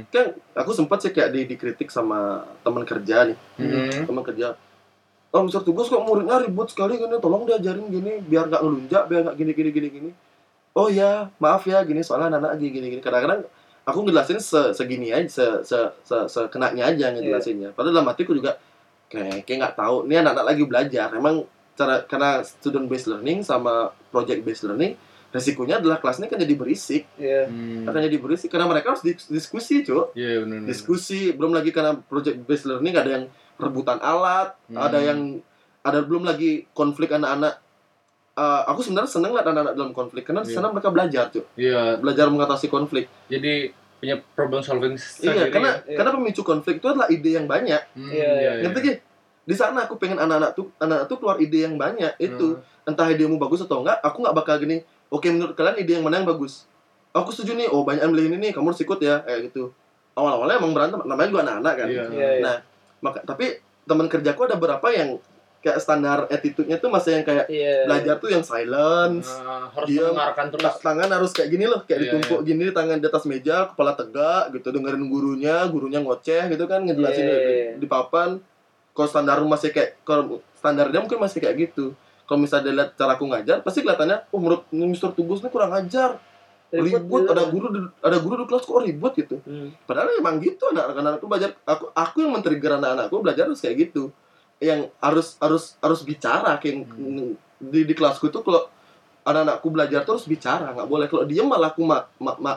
Aku sempat sih kayak di- dikritik sama teman kerja nih,
Hmm.
teman kerja. Oh, Mister Tugas kok muridnya ribut sekali gini, tolong diajarin gini biar nggak ngelunjak, biar nggak gini gini gini gini. Oh ya, maaf ya gini soalnya anak-anak gini gini gini. Kadang-kadang aku ngejelasin se- segini aja, se se se sekenaknya aja ngejelasinnya. Padahal dalam hatiku juga kayak kayak nggak tahu. Ini anak-anak lagi belajar. Emang cara karena student based learning sama project based learning resikonya adalah kelasnya kan jadi berisik,
iya
Hmm.
akan jadi berisik karena mereka harus dis- diskusi, Cuk.
Iya benar. benar.
Diskusi, belum lagi karena project based learning ada yang rebutan alat,
Hmm.
ada yang ada belum lagi konflik anak-anak Eh, aku sebenarnya seneng liat anak-anak dalam konflik karena di
Iya.
sana mereka belajar tuh
Iya.
belajar mengatasi konflik
Jadi punya problem solving
iya
sendiri.
karena
iya.
karena pemicu konflik itu adalah ide yang banyak
ya? Hmm,
Iya, iya.
ngerti gak di sana aku pengen anak-anak tuh anak-anak tuh keluar ide yang banyak itu
Hmm.
entah idemu bagus atau enggak aku nggak bakal gini oke menurut kalian ide yang mana yang bagus aku setuju nih oh banyak yang milih ini nih kamu harus ikut ya kayak gitu awal-awalnya emang berantem namanya gua anak-anak kan
Iya.
iya iya.
Nah, maka tapi teman kerjaku ada berapa yang kayak standar attitude-nya tuh masih yang kayak
iya
belajar tuh yang silence
Hmm.
Ah, harus
Dia-
mendengarkan terus.
Ta- tangan harus kayak gini loh kayak
Iya,
ditumpuk gini tangan di atas meja kepala tegak gitu dengerin gurunya gurunya ngoceh gitu kan ngejelasin
Iya, iya, iya.
di, di papan kalau standar masih kayak kalau standarnya mungkin masih kayak gitu kalau misalnya dilihat cara aku ngajar pasti kelihatannya oh menurut Mr. Tugas ini kurang ajar ribut,
gitu.
ada guru di, ada guru di kelas kok ribut gitu
Hmm.
padahal emang gitu anak-anak aku belajar aku aku yang men-trigger anak-anakku belajar harus kayak gitu yang harus harus harus bicara kayak yang- di di kelasku tuh kalau anak-anakku belajar terus bicara nggak boleh kalau diem malah aku mak mak ma,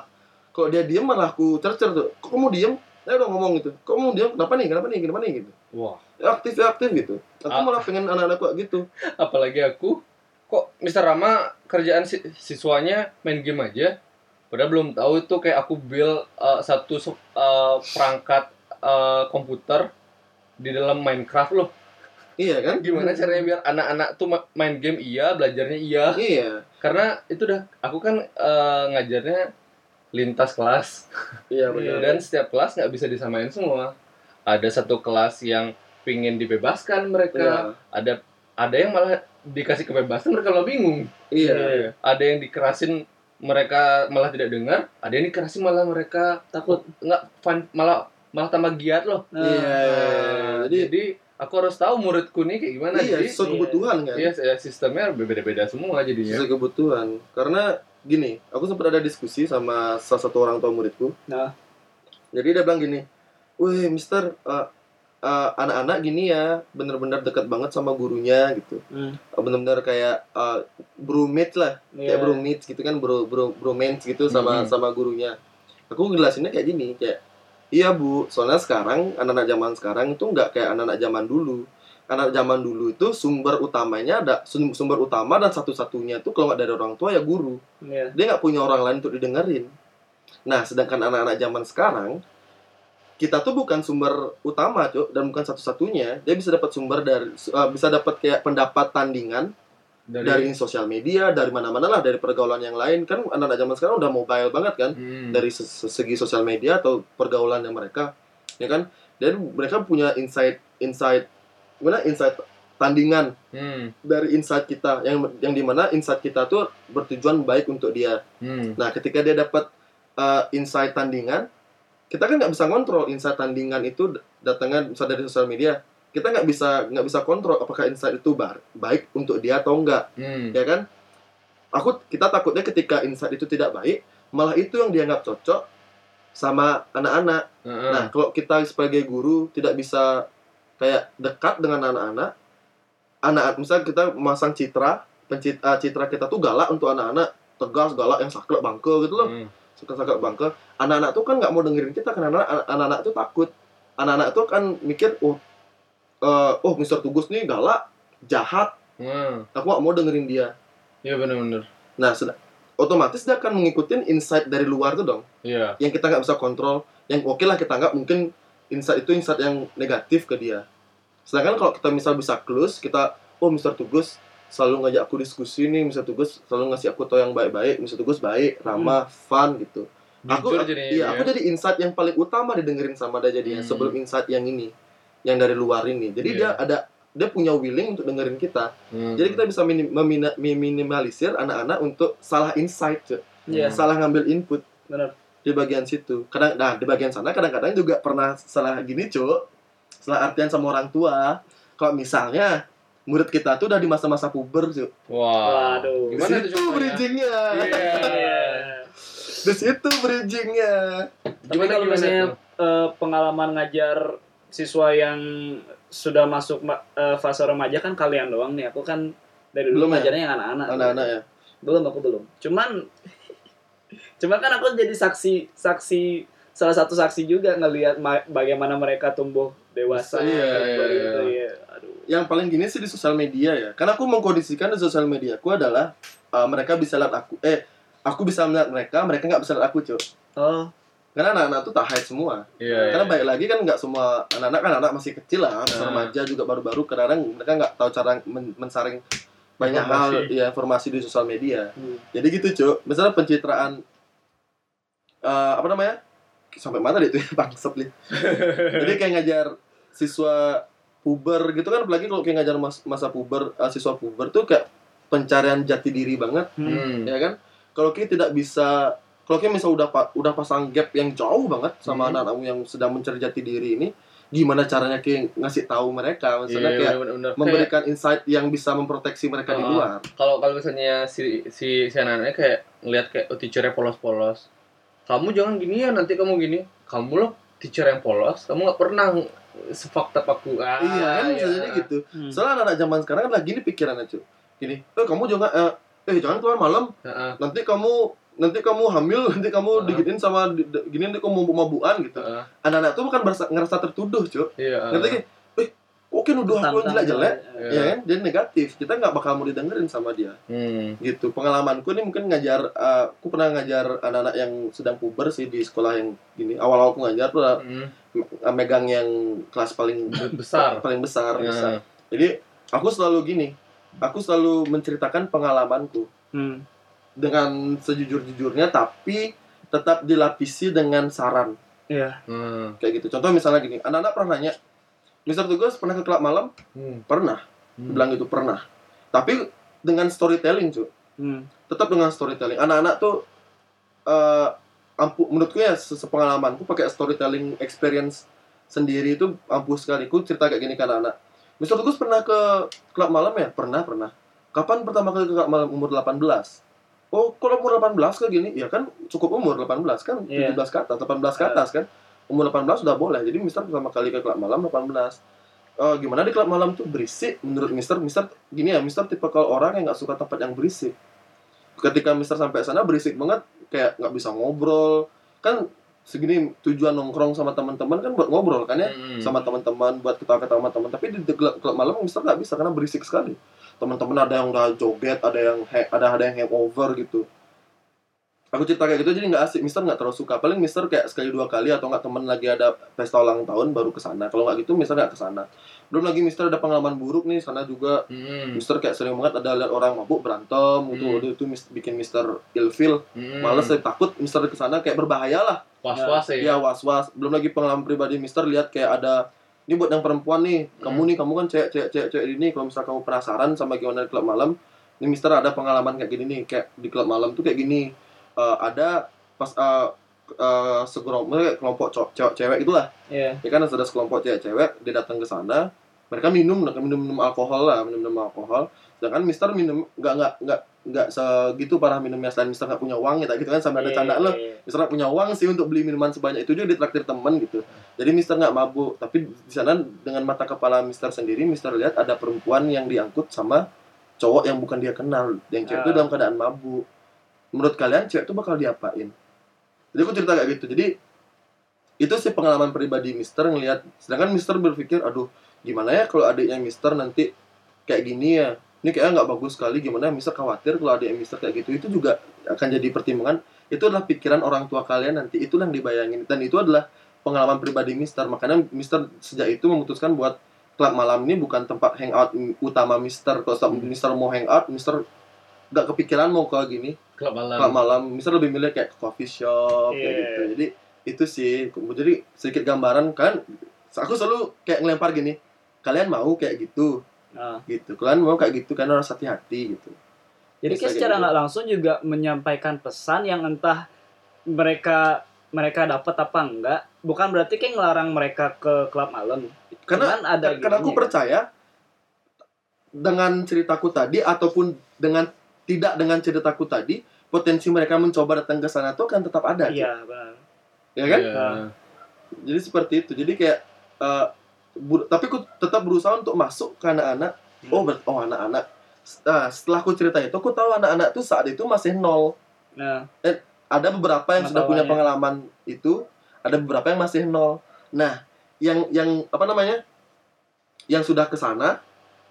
kalau dia diem malah aku cercer tuh kok kamu diem saya udah ngomong gitu kok kamu diem kenapa nih kenapa nih kenapa nih gitu
Wah.
"Ya, aktif ya aktif gitu aku
Ah.
malah pengen anak-anakku kayak gitu
Apalagi aku kok Mr. Rama kerjaan si- siswanya main game aja. Padahal belum tahu itu kayak aku build uh, satu sup- uh, perangkat uh, komputer di dalam Minecraft loh.
iya kan
Gimana caranya biar anak-anak tuh ma- main game iya, belajarnya iya.
iya
Karena itu dah aku kan uh, ngajarnya lintas kelas.
iya benar
Iya.
Dan setiap kelas nggak bisa disamain semua. Ada satu kelas yang pingin
iya
dibebaskan mereka. Ada ada yang malah dikasih kebebasan mereka malah bingung.
iya
Ah. Ada yang dikerasin mereka malah tidak dengar. Ada yang dikerasin malah mereka
Takut.
nggak fun- malah malah tambah giat loh.
iya
Nah,
jadi
jadi, aku harus tahu muridku nih kayak gimana.
iya
jadi
sesuai kebutuhan kan
iya sistemnya berbeda-beda semua jadinya.
sesuai kebutuhan karena gini aku sempat ada diskusi sama salah satu orang tua muridku
Nah.
jadi dia bilang gini weh mister eh, eh, anak-anak gini ya bener-bener dekat banget sama gurunya gitu
Hmm.
Eh, bener-bener kayak eh, brumate lah
Iya.
kayak bromance gitu kan bro bro bromance gitu sama
Mhm.
sama gurunya aku ngejelasinnya kayak gini kayak iya bu soalnya sekarang anak-anak zaman sekarang itu nggak kayak anak-anak zaman dulu anak zaman dulu itu sumber utamanya ada sum- sumber utama dan satu-satunya itu kalau nggak dari orang tua ya guru
Iya.
dia nggak punya orang lain untuk didengerin nah sedangkan anak-anak zaman sekarang kita tuh bukan sumber utama cuk dan bukan satu-satunya dia bisa dapat sumber dari su- eh, bisa dapat kayak pendapat tandingan dari sosial media, dari mana-mana lah, dari pergaulan yang lain kan anak-anak zaman sekarang udah mobile banget kan,
Hmm.
dari se- se- segi sosial media atau pergaulan yang mereka, ya kan, dan mereka punya insight, insight, gimana insight tandingan
Hmm.
dari insight kita yang yang dimana insight kita tuh bertujuan baik untuk dia.
Hmm.
Nah, ketika dia dapat uh, insight tandingan, kita kan nggak bisa kontrol insight tandingan itu d- datangnya bisa dari sosial media. Kita nggak bisa nggak bisa kontrol apakah insight itu bar- baik untuk dia atau enggak
Hmm.
ya kan aku kita takutnya ketika insight itu tidak baik malah itu yang dianggap cocok sama anak-anak
Heeh.
nah kalau kita sebagai guru tidak bisa kayak dekat dengan anak-anak anak misalnya kita memasang citra pencit- eh, citra kita tuh galak untuk anak-anak tegas galak yang saklek bangke gitu loh
Hmm.
suka saklek bangke anak-anak tuh kan nggak mau dengerin kita karena anak- anak-anak tuh takut anak-anak tuh kan mikir oh eh, oh Mister Tugus nih galak jahat
Hmm.
aku nggak mau dengerin dia
Iya benar-benar.
Nah, sudah otomatis dia akan mengikuti insight dari luar tuh dong,
Iya.
yang kita nggak bisa kontrol, yang oke lah kita nggak mungkin insight itu insight yang negatif ke dia. Sedangkan kalau kita misal bisa close, kita oh Mr. Tugus selalu ngajak aku diskusi nih, Mr. Tugus selalu ngasih aku tau yang baik-baik, Mr. Tugus baik, ramah, fun gitu. Aku,
Hmm. Jujur jadinya.
iya,
ya.
aku jadi insight yang paling utama didengerin sama dia jadinya
Hmm.
sebelum insight yang ini, yang dari luar ini. Jadi
Iya.
dia ada dia punya willing untuk dengerin kita.
Hmm.
Jadi kita bisa minim- memina- minimalisir anak-anak untuk salah insight, cuy.
Iya.
salah ngambil input.
Benar.
Di bagian situ. Kadang nah di bagian sana kadang-kadang juga pernah salah gini, Cuk. Salah artian sama orang tua. Kalau misalnya murid kita tuh udah di masa-masa puber, Cuk.
Wah.
Di
Waduh.
Gimana
situ
tuh contohnya?
bridgingnya.
Iya.
Di situ bridgingnya.
Tapi kalau misalnya
tuh?
eh,
pengalaman ngajar siswa yang sudah masuk ma- eh, fase remaja kan kalian doang nih. Aku kan dari dulu
Belum ya?
ngajarnya yang anak-anak.
Anak-anak ya.
Belum aku belum. Cuman cuman kan aku jadi saksi saksi salah satu saksi juga ngelihat ma- bagaimana mereka tumbuh dewasa
Iya, iya,
gitu
iya.
ya. Aduh.
Yang paling gini sih di sosial media ya. Karena aku mengkondisikan di sosial media aku adalah eh, mereka bisa lihat aku eh aku bisa melihat mereka, mereka nggak bisa lihat aku, Cuk.
Oh,
Karena anak-anak tuh tak hide semua.
Iya.
Karena baik lagi kan nggak semua anak-anak kan anak masih kecil lah, masih
Nah.
remaja juga baru-baru kadang mereka nggak tahu cara men- mensaring banyak hal
Informasi.
ya informasi di sosial media.
Hmm.
Jadi gitu cuk, misalnya pencitraan eh, apa namanya sampai mana deh itu ya bangsat nih. Jadi kayak ngajar siswa puber gitu kan, apalagi kalau kayak ngajar mas- masa puber eh, siswa puber tuh kayak pencarian jati diri banget
Hmm.
ya kan kalau kita tidak bisa kalau kita misal udah pa- udah pasang gap yang jauh banget sama
Mhm.
anak-anak yang sedang mencari jati diri ini gimana caranya kayak ngasih tahu mereka
Iya,
misalnya kayak
benar-benar. Kayak
memberikan insight yang bisa memproteksi mereka di
Ah.
luar
kalau kalau misalnya si si si anaknya kayak ngelihat kayak oh, teachernya polos-polos. Kamu jangan gini ya, nanti kamu gini. Kamu loh teacher yang polos, kamu nggak pernah sefak tap aku ah,
iya kan bisa jadi gitu
Hmm.
soalnya anak-anak zaman sekarang kan lagi nih pikirannya cuy gini eh kamu jangan eh, eh jangan keluar malam
Heeh,
nanti kamu nanti kamu hamil nanti kamu
Ah.
digitin sama di- di- gini nanti kamu mau mabuan gitu
heeh,
anak-anak tuh bukan berasa- ngerasa tertuduh cuy
iya
ngerti gak eh kok kayak nuduh aku yang
Tantang-
jelek-jelek
Iya.
ya kan jadi negatif kita nggak bakal mau didengerin sama dia
hmm.
gitu pengalamanku nih mungkin ngajar eh, aku pernah ngajar anak-anak yang sedang puber sih di sekolah yang gini awal-awal aku ngajar tuh
Hmm.
eh, megang yang kelas paling
besar Iya.
paling besar, besar.
Heeh.
jadi aku selalu gini aku selalu menceritakan pengalamanku
Hmm.
dengan sejujur-jujurnya tapi tetap dilapisi dengan saran
Heeh.
kayak gitu contoh misalnya gini anak-anak pernah nanya Mister Tugas pernah ke klub malam
Hmm.
pernah
Hmm.
bilang gitu pernah tapi dengan storytelling cuy
Hmm.
tetap dengan storytelling. Anak-anak tuh eh ampuh menurutku ya se- sepengalamanku pakai storytelling experience sendiri itu ampuh sekali. Ku cerita kayak gini ke anak-anak. Mister Tugas pernah ke klub malam ya? Pernah, pernah. Kapan pertama kali ke klub malam umur 18? Oh, kalau umur 18 kayak gini? Ya kan cukup umur 18 kan,
Iya.
17 ke atas, 18 ke atas kan. Umur 18 sudah boleh. Jadi Mister pertama kali ke klub malam 18. Eh gimana di klub malam tuh berisik menurut Mister Mister gini ya Mister tipe kalau orang yang nggak suka tempat yang berisik ketika Mister sampai sana berisik banget kayak nggak bisa ngobrol kan segini tujuan nongkrong sama teman-teman kan buat ngobrol kan ya
Hmm.
sama teman-teman buat ketawa-ketawa sama teman tapi di the club, club malam Mister nggak bisa karena berisik sekali teman-teman ada yang udah joget ada yang ha- ada ada yang hangover gitu aku cerita kayak gitu jadi nggak asik Mister nggak terlalu suka paling Mister kayak sekali dua kali atau nggak teman lagi ada pesta ulang tahun baru kesana kalau nggak gitu Mister nggak kesana belum lagi Mister ada pengalaman buruk nih sana juga
Hmm.
Mister kayak sering banget ada lihat orang mabuk berantem gitu,
Hmm.
Waduh, itu mis- bikin Mister ilfil,
Hmm.
males ya. saya takut Mister kesana kayak berbahaya lah,
was-was
ya
ya
was-was. Belum lagi pengalaman pribadi Mister lihat kayak ada ini buat yang perempuan nih, kamu
Hmm.
nih kamu kan cewek cewek cewek cewek ini kalau misal kamu penasaran sama gimana di klub malam, ini Mister ada pengalaman kayak gini nih, kayak di klub malam tuh kayak gini, Eh, ada pas eh eh, segerombolan kayak kelompok co- cewek cewek itulah
Iya.
ya kan ada sekelompok cewek-cewek dia datang ke sana mereka minum minum minum alkohol lah minum minum alkohol sedangkan Mister minum nggak nggak nggak nggak segitu parah minumnya selain Mister nggak punya uang gitu, gitu kan sampai
Iya,
ada candaan loh Mister nggak punya uang sih untuk beli minuman sebanyak itu juga ditraktir temen gitu jadi Mister nggak mabuk tapi di sana dengan mata kepala Mister sendiri Mister lihat ada perempuan yang diangkut sama cowok yang bukan dia kenal yang cewek itu
Ah.
dalam keadaan mabuk menurut kalian cewek itu bakal diapain jadi aku cerita kayak gitu jadi itu sih pengalaman pribadi Mister ngelihat sedangkan Mister berpikir aduh gimana ya kalau adiknya Mister nanti kayak gini ya ini kayaknya nggak bagus sekali gimana ya? Mister khawatir kalau adiknya Mister kayak gitu itu juga akan jadi pertimbangan itu adalah pikiran orang tua kalian nanti itulah yang dibayangin dan itu adalah pengalaman pribadi Mister makanya Mister sejak itu memutuskan buat klub malam ini bukan tempat hangout utama Mister kalau setiap Mister mau hangout Mister nggak kepikiran mau ke gini
klub
klub
malam
malam misal lebih milih kayak ke coffee shop kayak
Iya.
gitu jadi itu sih jadi sedikit gambaran kan aku selalu kayak ngelempar gini kalian mau kayak gitu
Nah,
gitu kalian mau kayak gitu kan harus hati-hati gitu
jadi kayak
Bisa
secara
gitu.
nggak langsung juga menyampaikan pesan yang entah mereka mereka dapat apa enggak. Bukan berarti kayak ngelarang mereka ke klub malam.
karena
Cuman ada
karena aku
gininya.
percaya dengan ceritaku tadi ataupun dengan tidak dengan ceritaku tadi potensi mereka mencoba datang ke sana tuh akan tetap ada
Iya, benar.
ya kan
Iya.
jadi seperti itu jadi kayak eh, bu- tapi aku tetap berusaha untuk masuk ke anak-anak
Hmm.
oh ber- oh anak-anak S- ah, setelah aku cerita itu aku tahu anak-anak tuh saat itu masih nol
Nah,
ada beberapa yang sudah punya
Masalahnya.
pengalaman
ya.
itu ada beberapa yang masih nol nah yang yang apa namanya yang sudah ke sana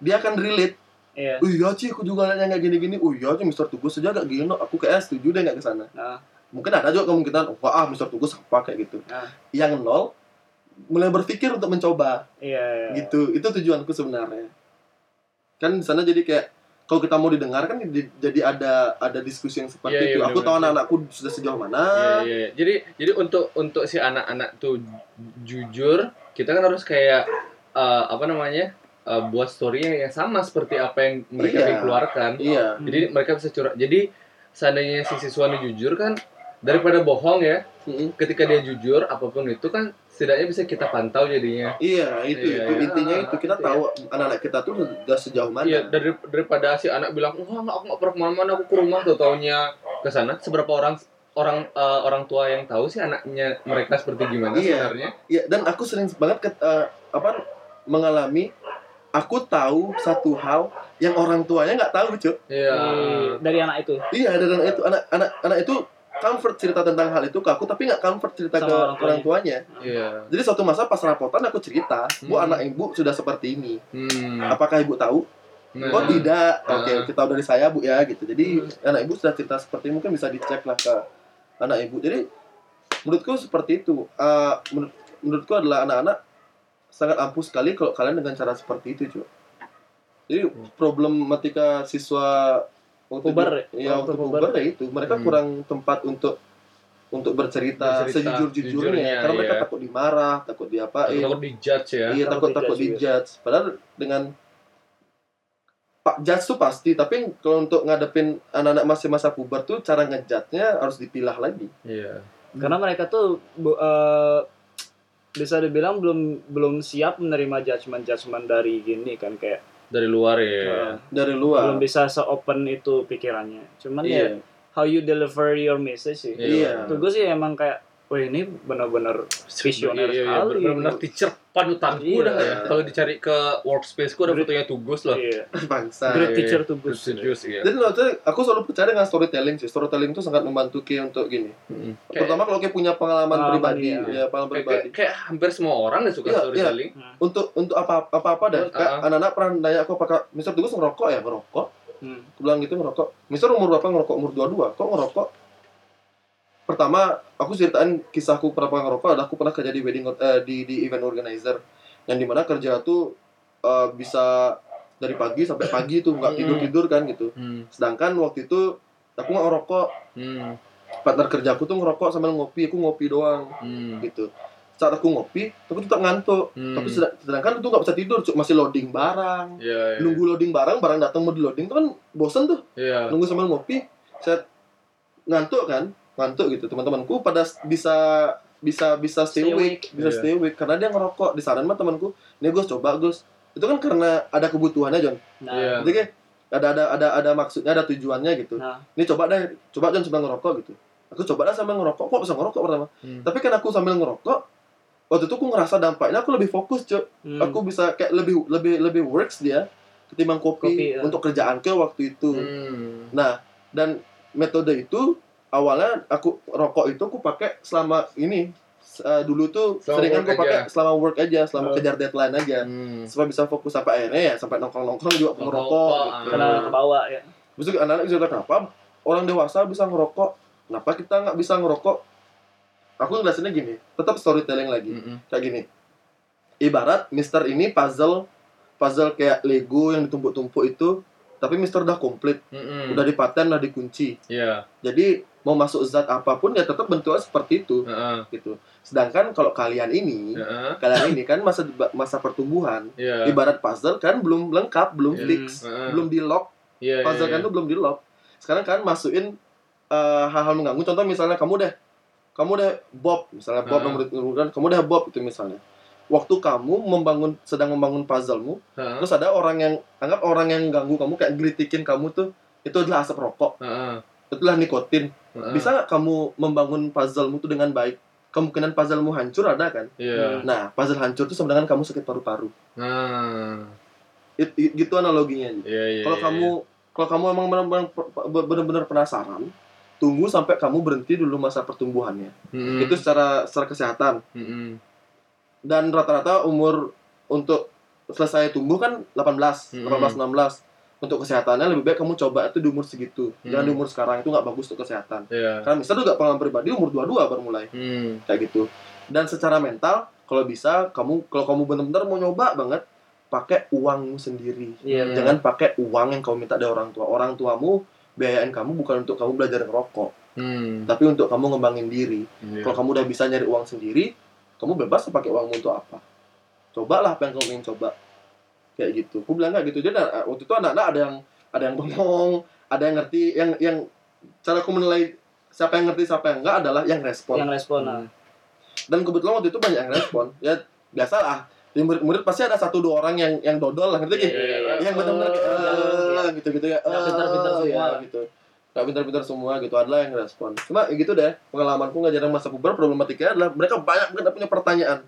dia akan relate
iya.
oh iya Ci, aku juga liatnya kayak gini-gini oh iya Ci, Mr. Tugas saja gak gini aku kayaknya setuju deh gak ke sana
Nah.
mungkin ada juga kemungkinan wah ah Mr. Tugas apa kayak gitu
Nah.
yang nol mulai berpikir untuk mencoba
Iya. iya.
Ya.
gitu itu tujuanku sebenarnya kan di sana jadi kayak kalau kita mau didengar kan di- jadi ada ada diskusi yang seperti
Iya, iya,
itu aku tahu
benar-benar.
anak-anakku sudah sejauh mana
Iya, iya, iya. Jadi jadi untuk untuk si anak-anak tuh ju- jujur, kita kan harus kayak eh, apa namanya? eh, buat story-nya yang sama seperti apa yang mereka
Iya.
dikeluarkan.
iya
Hmm.
Jadi mereka bisa curhat. Jadi seandainya si siswa ini jujur kan daripada bohong ya,
Mm-mm.
ketika dia jujur apapun itu kan setidaknya bisa kita pantau jadinya.
iya itu
Iya,
itu
iya.
intinya itu kita
Iya.
tahu anak-anak kita tuh sudah sejauh mana
Iya, dari, daripada si anak bilang, "Wah, nggak, aku nggak pernah kemana-mana, aku ke rumah tuh taunya ke sana." Seberapa orang orang eh, orang tua yang tahu sih anaknya mereka seperti gimana
Iya.
sebenarnya?
Iya, dan aku sering banget ket- eh, apa mengalami aku tahu satu hal yang orang tuanya nggak tahu cok
Iya.
dari anak itu
iya ada anak itu anak anak anak itu comfort cerita tentang hal itu ke aku tapi nggak comfort cerita
Sama
ke
orang tuanya.
orang tuanya
Iya.
jadi suatu masa pas rapotan aku cerita bu
Hmm.
anak ibu sudah seperti ini
Hmm.
apakah ibu tahu
Nah.
oh tidak
Ah.
oke kita dari saya bu ya gitu jadi anak ibu sudah cerita seperti ini, mungkin bisa dicek lah ke anak ibu jadi menurutku seperti itu Eh, menur- menurutku adalah anak-anak sangat ampuh sekali kalau kalian dengan cara seperti itu cuy jadi
Hmm.
problematika siswa waktu
Puber,
itu- ya
waktu
waktu
puber.
puber ya itu mereka
Hmm.
kurang tempat untuk untuk bercerita,
Bercerita, jujurnya,
sejujur-jujurnya karena mereka
iya.
takut dimarah takut diapain
Takut dijudge ya.
Iya takut takut
di-judge
dijudge. Padahal dengan pak judge tuh pasti, tapi kalau untuk ngadepin anak-anak masih masa puber tuh cara ngejudge-nya harus dipilah lagi.
Iya.
karena mereka tuh bu- eh, bisa dibilang belum belum siap menerima judgement judgement dari gini kan kayak
Dari luar
eh,
ya.
Dari luar.
belum bisa seopen itu pikirannya cuman ya
Iya.
how you deliver your message sih
Iya.
Tuh gue sih emang kayak wah ini benar-benar visioner
Iya, iya, iya,
sekali.
benar-benar teacher panutanku
Iya.
dah ya. Kalau dicari ke workspace ku ada
Great-
fotonya Tugus loh.
iya.
Bangsa.
great
iya.
teacher to
Tugus,
good
Tugus iya.
Jadi loh, tuh, aku selalu percaya dengan storytelling sih. Storytelling tuh sangat membantu Ki untuk gini.
Mm.
Terutama kalau Ki punya pengalaman
Pengalaman,
pribadi, ya
iya.
pengalaman
Kayak-
pribadi.
kayak, kayak hampir semua orang yang suka
Iya,
storytelling.
Untuk untuk apa apa apa dah.
Betul,
Kayak
ah.
anak-anak pernah nanya aku apakah Mister Tugas ngerokok ya ngerokok.
Hmm.
Aku bilang gitu ngerokok. Mister umur berapa ngerokok? Umur 22. Kok ngerokok? Pertama, aku ceritain kisahku kenapa ngerokok adalah aku pernah kerja di wedding eh, di di event organizer yang dimana kerja tuh eh, bisa dari pagi sampai pagi tuh nggak tidur tidur kan gitu.
Hmm.
Sedangkan waktu itu aku nggak ngerokok,
Hmm.
partner kerjaku tuh ngerokok sambil ngopi, aku ngopi doang
Hmm.
gitu. Saat aku ngopi, aku tetap ngantuk.
Hmm.
Tapi sedang- sedangkan itu nggak bisa tidur, Cuk. masih loading barang.
Iya, iya.
Nunggu loading barang, barang datang mau di loading tuh kan bosen tuh
Iya.
nunggu sambil ngopi saya ngantuk kan ngantuk gitu teman-temanku pada s- bisa bisa bisa stay,
Stay
awake, bisa
Iya.
stay awake karena dia ngerokok disaran mah temanku nih Gus coba Gus itu kan karena ada kebutuhannya John
Nah,
Iya.
jadi kayak ada ada ada ada maksudnya ada tujuannya gitu
Nah.
ini coba deh coba John sambil ngerokok gitu aku coba dah sambil ngerokok kok bisa ngerokok pertama
Hmm.
tapi kan aku sambil ngerokok waktu itu aku ngerasa dampaknya aku lebih fokus cuy
hmm.
aku bisa kayak lebih lebih lebih works dia ketimbang kopi,
Kopi, ya.
untuk kerjaan ke waktu itu
Hmm.
Nah, dan metode itu awalnya aku rokok itu aku pakai selama ini Eh, dulu tuh
Selama
seringan
work
aku pakai
aja.
selama work aja, selama
Oh.
kejar deadline aja.
Hmm.
Supaya bisa fokus sampai akhirnya ya sampai nongkrong-nongkrong juga aku ngerokok.
Ngerokok,
gitu.
karena kebawa ya.
Terus itu anak-anak cerita kenapa orang dewasa bisa ngerokok, kenapa kita nggak bisa ngerokok? Aku ngerasainnya gini, tetap storytelling lagi
Mm-mm.
kayak gini ibarat Mister ini puzzle puzzle kayak Lego yang ditumpuk-tumpuk itu tapi Mister udah komplit
Mm-mm.
udah dipaten udah dikunci
Hmm. Iya.
jadi mau masuk zat apapun ya tetap bentuknya seperti itu
Heeh.
gitu sedangkan kalau kalian ini
Heeh.
kalian ini kan masa masa pertumbuhan
Iya.
ibarat puzzle kan belum lengkap belum
Iya.
fix
Heeh.
belum di lock
Iya, iya,
puzzle
iya.
kan tuh belum di lock sekarang kan masukin eh, hal-hal mengganggu contoh misalnya kamu deh kamu deh Bob misalnya Bob
Ah.
nomor urutan kamu deh Bob itu misalnya waktu kamu membangun sedang membangun puzzlemu
Heeh.
terus ada orang yang anggap orang yang ganggu kamu kayak geritikin kamu tuh itu adalah asap rokok
Heeh.
itulah nikotin
Heeh.
bisa nggak kamu membangun puzzlemu tuh dengan baik kemungkinan puzzlemu hancur ada kan
Iya.
nah puzzle hancur tuh sama dengan kamu sakit paru-paru
Nah.
It- it- gitu analoginya
Iya, iya.
kalau
iya.
kamu kalau kamu emang benar-benar- benar-benar penasaran tunggu sampai kamu berhenti dulu masa pertumbuhannya
Mm-mm.
itu secara secara kesehatan
Mm-mm.
dan rata-rata umur untuk selesai tumbuh kan 18
Mm-mm.
18 16 untuk kesehatannya lebih baik kamu coba itu di umur segitu jangan
Mm.
di umur sekarang itu nggak bagus untuk kesehatan
Iya.
karena misalnya juga pengalaman pribadi umur 22 baru mulai
Hmm.
kayak gitu dan secara mental kalau bisa kamu kalau kamu benar-benar mau nyoba banget pakai uangmu sendiri
Iya.
Hmm.
Jangan pakai uang yang kamu minta dari orang tua. Orang tuamu biayain kamu bukan untuk kamu belajar ngerokok,
Hmm.
tapi untuk kamu ngembangin diri.
Iya.
Kalau kamu udah bisa nyari uang sendiri, kamu bebas pakai uangmu untuk apa. Cobalah apa yang kamu ingin coba. Kayak gitu. Aku bilang nggak gitu. Jadi eh, waktu itu anak-anak ada yang ada yang bengong, ada yang ngerti, yang yang cara aku menilai siapa yang ngerti siapa yang enggak adalah yang respon.
Yang
Hmm.
respon nah.
Dan kebetulan waktu itu banyak yang respon. ya biasalah. Di murid-murid pasti ada satu dua orang yang yang dodol lah ngerti nggak?
Iya, iya, iya.
yang benar-benar kayak,
Iya.
"Eh," gitu-gitu ya.
Nggak
"Eh,"
pintar-pintar semua.
ya, gitu. Gak pintar-pintar semua gitu adalah yang respon. Cuma ya gitu deh, pengalamanku ngajarin masa puber problematikanya adalah mereka banyak banget punya pertanyaan.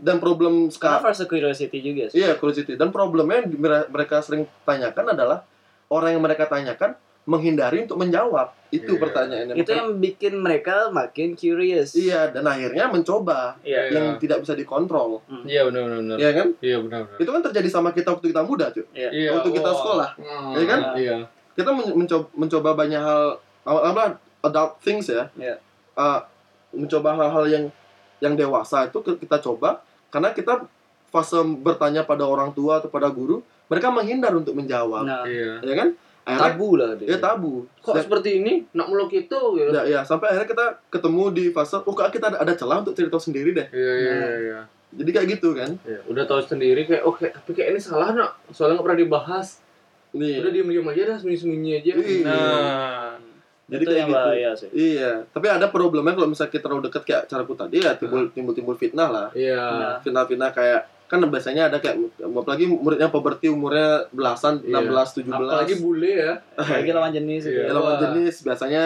dan problem
Karena
sekarang
versus curiosity juga sih.
iya curiosity dan problemnya yang mere- mereka sering tanyakan adalah orang yang mereka tanyakan menghindari untuk menjawab itu
Iya.
pertanyaannya
Itu yang bikin mereka makin curious.
iya dan akhirnya mencoba
Iya.
yang tidak bisa dikontrol
Iya benar benar benar.
ya kan
Iya benar benar.
itu kan terjadi sama kita waktu kita muda cuy
Iya.
waktu kita
oh.
wah.
sekolah
Hmm,
Ya kan?
Iya.
kita men- mencoba, mencoba banyak hal apa adult things ya
Iya.
Eh, mencoba hal-hal yang yang dewasa itu ke- kita coba karena kita fase bertanya pada orang tua atau pada guru mereka menghindar untuk menjawab
Nah,
Iya.
ya kan akhirnya
tabu lah dia.
ya tabu
Kok
Dan-
seperti ini? Nak meluk itu gitu.
ya, ya, sampai akhirnya kita ketemu di fase oh kak kita ada, ada celah untuk cerita sendiri deh
Iya iya iya, iya.
jadi kayak gitu kan
Iya, Udah tahu sendiri kayak oke, tapi kayak ini salah nak. Soalnya nggak pernah dibahas. Udah
nih
diem-diem aja dah, sembunyi-sembunyi aja.
Iya.
Nah.
jadi
itu
kayak
yang
gitu
bahaya sih.
iya tapi ada problemnya kalau misalnya kita terlalu dekat kayak caraku tadi ya timbul timbul timbul fitnah lah
Iya.
Nah.
fitnah-fitnah kayak kan biasanya ada kayak apalagi muridnya puberti umurnya belasan
Iya.
16 17
Apalagi bule ya.
Apalagi lawan jenis itu.
Iya.
Ya, lawan jenis biasanya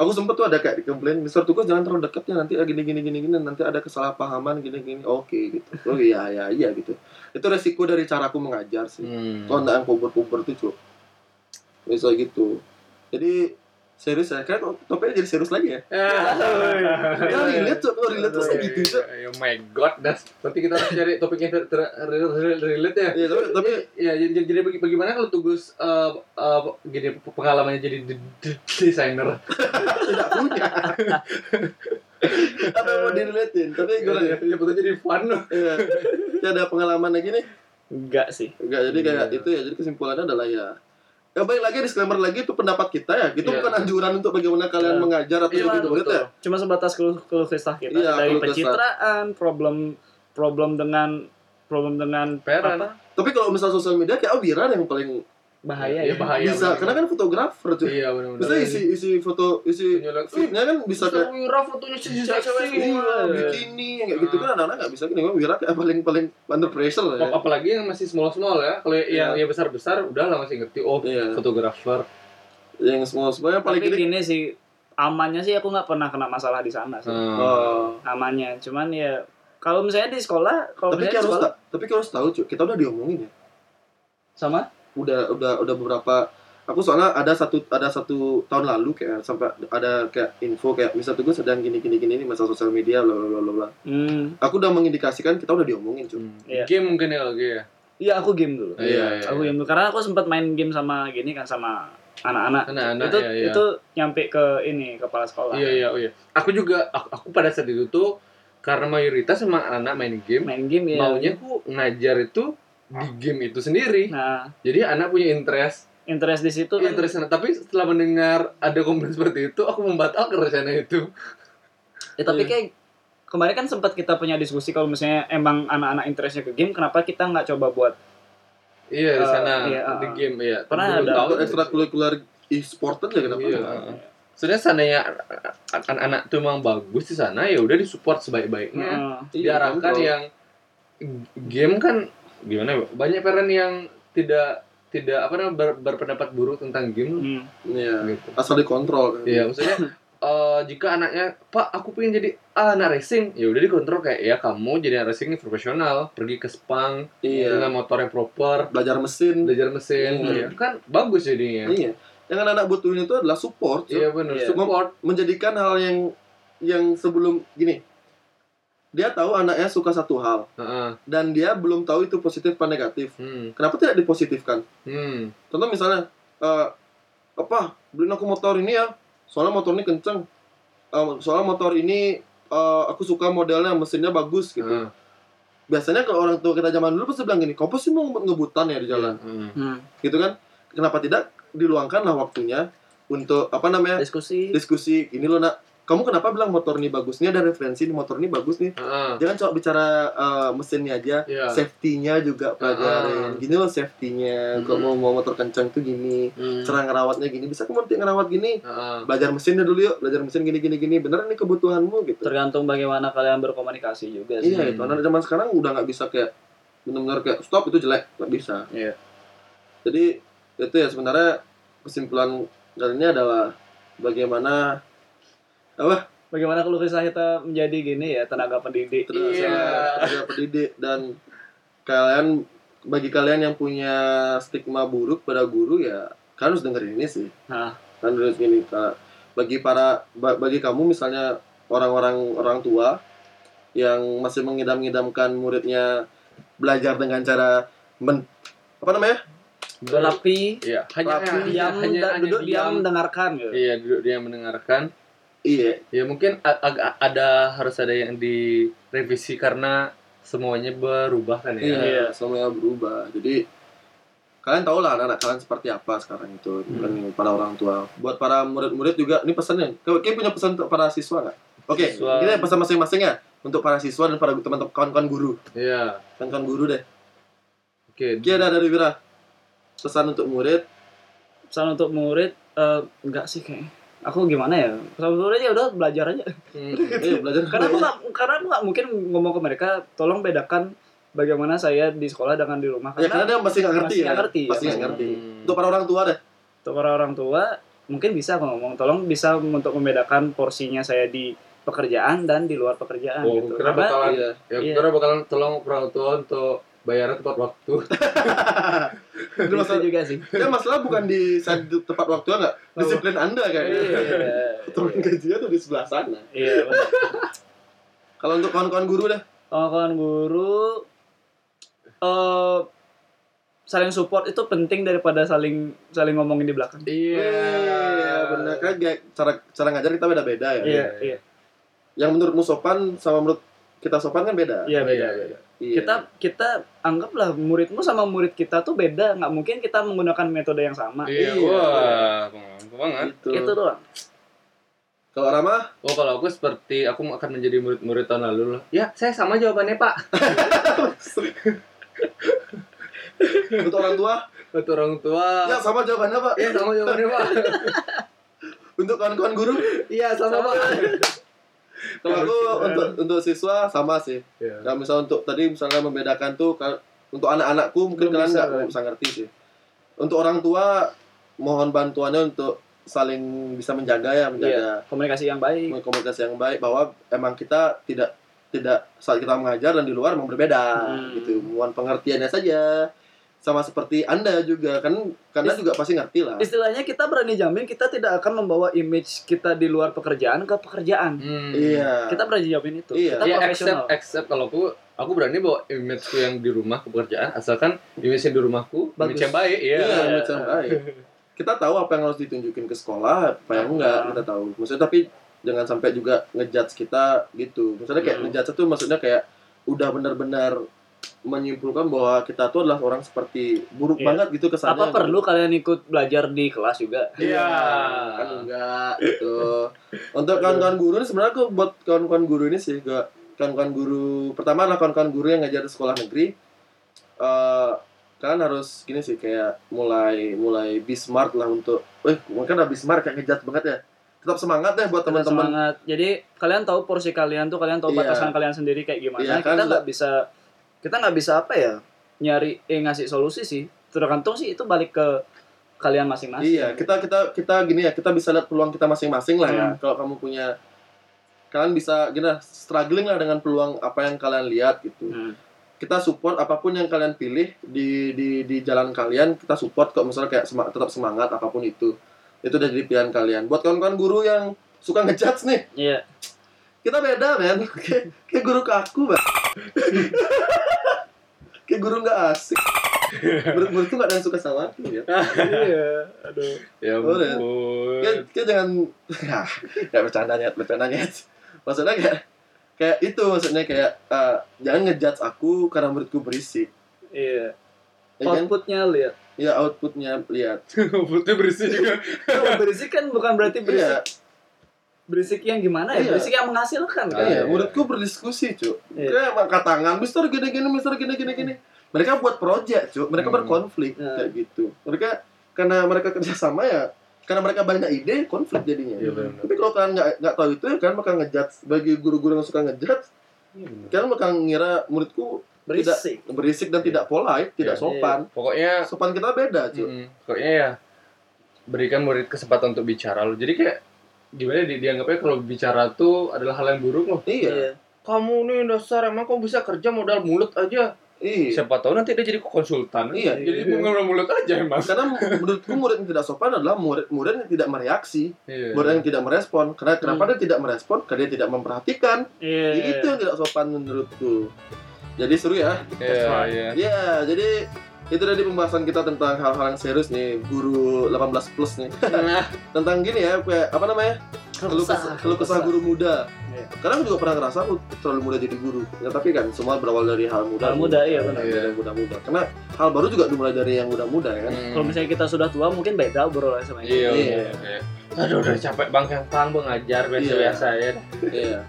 aku sempet tuh ada kayak komplain Mister Tugas jangan terlalu deket ya nanti gini gini gini gini nanti ada kesalahpahaman gini gini oke gitu oh iya iya iya gitu itu resiko dari caraku mengajar sih
Hmm.
kalau nggak yang puber-puber tuh cuy bisa gitu jadi serius ya kan topiknya jadi serius lagi ya ya relate tuh kalau relate tuh gitu Cuk.
Ya my god, das. Nanti kita harus cari topiknya ter- ter- re- re- relate ya.
Iya, tapi, tapi
Ya, jadi, jadi- jadi baga- bagaimana kalau tugas eh eh, jadi pengalamannya jadi de- de- desainer?
tidak punya atau mau direlatein tapi gue
Ya, ya betul jadi fun. loh.
ya, ya ada pengalaman lagi nih
Enggak sih.
enggak jadi kayak
Iya.
itu ya jadi kesimpulannya adalah ya ya baik lagi disclaimer lagi itu pendapat kita ya itu
Iya.
bukan anjuran untuk bagaimana
Iya.
kalian mengajar atau
Iya,
jadi
betul,
murid ya
Cuma sebatas keluh keluh kesah kita
Iya,
dari
keluh kesah.
pencitraan, problem problem dengan problem dengan
Parent.
apa?
tapi kalau misal sosial media kayak Awira yang paling
Bahaya ya.
Iya, bahaya.
bisa
bener.
karena kan fotografer tuh
Iya, benar-benar.
bisa isi isi foto isi feednya kan bisa
bisa
kayak
Wira fotonya seksi seksi.
Iya, bikini, kayak gitu
Ah.
kan anak-anak nggak bisa gini. Gue Wira kayak paling paling under pressure lah ya.
Iya. Ap- Apalagi yang masih small-small ya. Kalau yang yang besar-besar udah lah masih ngerti. Oh,
Iya,
fotografer.
yang semua semuanya paling
Tapi
gini.
gini sih amannya sih aku nggak pernah kena masalah di sana sih.
Hmm.
Oh.
Amannya. Cuman ya kalau misalnya di sekolah, kalau
tapi
misalnya di
kita harus
sekolah
ta- tapi kita harus tahu cuy kita udah diomongin ya
sama
udah udah udah beberapa aku soalnya ada satu ada satu tahun lalu kayak sampai ada kayak info kayak misal tuh gue sedang gini gini gini nih masalah sosial media bla bla bla bla bla
Hmm,
aku udah mengindikasikan kita udah diomongin cuy
Iya.
Game mungkin ya lagi ya.
iya aku game dulu.
Iya,
Aku game dulu karena aku sempat main game sama gini kan sama anak-anak.
Anak-anak
itu
ya, iya.
itu nyampe ke ini kepala sekolah.
Iya iya oh iya. Aku juga aku, aku pada saat itu tuh karena mayoritas emang anak main game,
Main game ya.
maunya aku ngajar itu di game itu sendiri.
Nah,
Jadi anak punya interest,
interest di situ kan
interest anak. Tapi setelah mendengar ada komplain seperti itu, aku membatalkan rencana itu.
Ya, tapi kayak kemarin kan sempat kita punya diskusi kalau misalnya emang anak-anak interestnya ke game, kenapa kita nggak coba buat
Iya di
Eh,
sana
iya,
di
ah.
game ya.
Pernah ada.
untuk ekstrakurikuler e-sport aja kenapa
Iya.
enggak?
ah. Sebenarnya seandainya anak-anak tuh emang bagus di sana, ya udah disupport sebaik-baiknya.
Heeh.
Iya,
diarahkan ya.
kontrol.
yang game kan gimana ya, banyak parent yang tidak tidak apa namanya ber- berpendapat buruk tentang game
Hmm.
iya
gitu.
asal dikontrol kan
Iya, maksudnya eh, jika anaknya, "Pak, aku pengen jadi anak racing." Ya udah dikontrol kayak, "Ya kamu jadi anak racing yang profesional, pergi ke Sepang
Iya.
dengan motor yang proper,
belajar mesin
belajar mesin."
Hmm.
Ya, kan bagus jadinya.
iya yang anak-anak butuhin itu adalah support cuy.
Iya benar,
Iya.
support.
menjadikan hal yang yang sebelum gini dia tahu anaknya suka satu hal
Heeh.
dan dia belum tahu itu positif apa negatif
Hmm.
kenapa tidak dipositifkan
Hmm.
Contoh misalnya, eh, apa beliin aku motor ini ya, soalnya motor ini kenceng, Eh, soalnya motor ini eh, aku suka modelnya, mesinnya bagus gitu.
Heeh.
Biasanya kalau orang tua kita zaman dulu pasti bilang gini, kau pasti mau ngebutan ya di jalan,
Heeh.
Hmm.
gitu kan? Kenapa tidak diluangkanlah waktunya untuk apa namanya
Diskusi.
diskusi gini loh nak, kamu kenapa bilang motor ini bagus? Ini ada referensi nih, motor ini bagus nih.
Heeh.
Jangan cuma bicara eh, mesinnya aja,
Iya.
safety-nya juga pelajarin. Gini loh safety-nya, kalau mau, mau motor kenceng tuh gini
Hmm.
cara ngerawatnya gini bisa kamu nanti ngerawat gini
Heeh.
belajar mesinnya dulu yuk belajar mesin gini gini gini bener ini kebutuhanmu gitu
Tergantung bagaimana kalian berkomunikasi juga sih.
iya itu anak zaman sekarang udah nggak bisa kayak benar-benar kayak stop itu jelek nggak bisa
Iya.
jadi itu ya sebenarnya kesimpulan kali ini adalah bagaimana apa
bagaimana kalau kisah kita menjadi gini ya tenaga pendidik
Terus
Iya.
yeah. ada pendidik dan kalian bagi kalian yang punya stigma buruk pada guru ya kalian harus dengerin ini sih.
Hah.
Kalian harus gini Kak. bagi para ba- bagi kamu misalnya orang-orang orang tua yang masih mengidam-idamkan muridnya belajar dengan cara men, apa namanya?
berlapi
Iya, hanya
Tapi
hanya-
diam
hanya,
da-
hanya
duduk diam mendengarkan gitu
Iya, duduk diam mendengarkan.
Iya,
Ya mungkin a- agak ada harus ada yang direvisi karena semuanya berubah kan
iya,
ya.
semuanya berubah. Jadi kalian tau lah anak-anak kalian seperti apa sekarang itu
Hmm.
dan para orang tua. Buat para murid-murid juga, ini pesannya. Kau kayak punya pesan untuk para siswa nggak? Oke,
Siswa.
ini pesan masing-masing ya untuk para siswa dan para teman-teman kawan-kawan guru,
Iya.
kawan-kawan guru deh.
Oke.
Oke, ada dari Wira. Pesan untuk murid.
pesan untuk murid eh, enggak sih kayaknya aku gimana ya pesan untuk murid ya udah belajar aja
Hmm.
Ayo belajar.
karena aku nggak karena aku nggak mungkin ngomong ke mereka tolong bedakan bagaimana saya di sekolah dengan di rumah
ya karena
karena
dia masih nggak ngerti
masih
ya.
nggak ngerti, ya,
Pasti nggak
masih
ngerti.
Hmm.
Untuk para orang tua deh.
untuk para orang tua mungkin bisa aku ngomong tolong bisa untuk membedakan porsinya saya di pekerjaan dan di luar pekerjaan
Oh,
gitu
kira
karena
bakalan,
Iya.
ya,
Iya.
kira bakalan tolong orang tua untuk bayaran tepat waktu.
Itu
itu
masalah,
juga sih
ya, masalah bukan di saat di tepat waktu nggak? Disiplin Anda kayaknya.
Iya.
Turun gajinya tuh di sebelah sana.
iya benar.
Kalau untuk kawan-kawan guru deh.
kawan guru eh saling support itu penting daripada saling saling ngomongin di belakang
Iya,
Iya, benar kan kayak cara cara ngajar kita beda-beda ya.
iya
iya.
iya
Yang menurutmu sopan sama menurut kita sopan kan beda.
iya beda
beda.
Iya.
kita kita anggaplah muridmu sama murid kita tuh beda nggak mungkin kita menggunakan metode yang sama
Iya,
Iya.
wah, pengalaman banget.
gitu.
itu doang
Kalau Rama,
Oh, kalau aku seperti aku akan menjadi murid-murid tahun lalu lah. Ya, saya sama jawabannya, Pak.
untuk orang tua,
Untuk orang tua.
ya sama jawabannya Pak.
Ya, sama jawabannya, Pak.
Untuk kawan-kawan guru,
Iya, sama, Pak.
kalau aku
Iya.
untuk untuk siswa sama sih.
Iya.
Kalau misalnya untuk tadi misalnya membedakan tuh kal- untuk anak-anakku mungkin
Belum
kalian
bisa,
nggak
kan?
bisa ngerti sih. Untuk orang tua mohon bantuannya untuk saling bisa menjaga ya menjaga
Iya. komunikasi yang baik
komunikasi yang baik bahwa emang kita tidak tidak saat kita mengajar dan di luar memang berbeda
Hmm.
gitu mohon pengertiannya saja sama seperti anda juga kan karena juga pasti ngerti lah
istilahnya kita berani jamin kita tidak akan membawa image kita di luar pekerjaan ke pekerjaan
Hmm.
iya
kita berani jamin itu
Iya.
kita
Ya,
profesional
accept, accept kalau aku aku berani bawa imageku yang di rumah ke pekerjaan asalkan image yang di rumahku
Bagus.
image yang baik ya.
iya menurut saya baik kita tahu apa yang harus ditunjukin ke sekolah apa
Iya.
yang enggak kita tahu maksudnya tapi jangan sampai juga ngejudge kita gitu maksudnya kayak
Hmm.
ngejudge itu maksudnya kayak udah benar-benar menyimpulkan bahwa kita tuh adalah orang seperti buruk
Iya.
banget gitu kesannya
apa perlu kalian ikut belajar di kelas juga
Iya.
kan enggak gitu untuk kawan-kawan guru ini sebenarnya aku buat kawan-kawan guru ini sih gak kawan-kawan guru pertama adalah kawan-kawan guru yang ngajar di sekolah negeri Eh kalian harus gini sih kayak mulai mulai be smart lah untuk eh mungkin udah be smart kayak ngejat banget ya tetap semangat ya buat
Tetap
teman-teman
semangat. Jadi kalian tahu porsi kalian tuh kalian tahu
Iya.
batasan kalian sendiri kayak gimana.
Iya, kan
kita nggak bisa kita nggak bisa apa ya nyari eh ngasih solusi sih. Tergantung sih itu balik ke kalian masing-masing.
Iya, kita kita kita gini ya, kita bisa lihat peluang kita masing-masing lah
Hmm.
ya. Kalau kamu punya kalian bisa gini lah, struggling lah dengan peluang apa yang kalian lihat gitu.
Hmm.
Kita support apapun yang kalian pilih di di di jalan kalian, kita support kok misalnya kayak sema- tetap semangat apapun itu. Itu udah jadi pilihan kalian. Buat kawan-kawan guru yang suka ngejudge nih,
Iya.
kita beda men. Kayak, kayak guru ke aku, Bang. kayak guru nggak asik. Menurut tuh nggak ada yang suka sama aku ya.
Iya. Aduh.
Ya
Boleh. Iya.
ampun.
Kayak kayak jangan nah, nggak bercanda nyet bercanda nyet maksudnya kayak kayak itu maksudnya kayak eh, jangan ngejudge aku karena menurutku berisik
Iya.
ya, kan?
Outputnya lihat.
ya outputnya lihat
Putih bersih juga.
Kalau berisik kan bukan berarti berisik.
iya
Berisik yang gimana ya?
Iya.
Berisik yang menghasilkan kan.
iya
iya.
menurutku berdiskusi cuk
Iya.
kayak angkat tangan mister gini gini mister gini gini gini mereka buat project cuk mereka
Hmm.
berkonflik
Hmm.
kayak gitu mereka karena mereka kerjasama ya karena mereka banyak ide konflik jadinya
Iya benar.
tapi kalau kalian nggak nggak tahu itu ya kalian bakal ngejudge bagi guru-guru yang suka ngejudge kalian bakal ngira muridku
Berisik.
berisik dan
Iya.
tidak polite, tidak
Iya. Hmm.
sopan.
Pokoknya
Sopan kita beda, cuy.
Mm, pokoknya ya berikan murid kesempatan untuk bicara loh. Jadi kayak gimana di, dianggapnya kalau bicara tuh adalah hal yang buruk loh.
Iya.
Kamu nih dasar emang kamu bisa kerja modal mulut aja.
Iya.
Siapa tahu nanti dia jadi konsultan.
Iya.
Jadi modal mulut aja emang.
Karena menurutku murid yang tidak sopan adalah murid-murid yang tidak mereaksi,
Iya. Hmm.
murid yang tidak merespon. Karena kenapa dia tidak merespon? Karena dia tidak memperhatikan.
Iya.
Jadi itu yang tidak sopan menurutku. Jadi seru ya.
Iya, iya.
Ya, jadi itu tadi pembahasan kita tentang hal-hal yang serius nih, guru 18 plus nih. tentang gini ya, kayak apa namanya? Keluh kesah, keluh kesah guru muda.
Iya.
Karena aku juga pernah ngerasa aku terlalu muda jadi guru. Ya, tapi kan semua berawal dari hal muda.
Hal muda, iya, benar.
Dari yang muda-muda. Karena hal baru juga dimulai dari yang muda-muda ya kan.
Kalau misalnya kita sudah tua mungkin beda obrolan sama ini.
Hmm. Iya,
Iya.
iya. iya. Aduh, udah capek bang kang bang ngajar biasa-biasa ya.
Iya.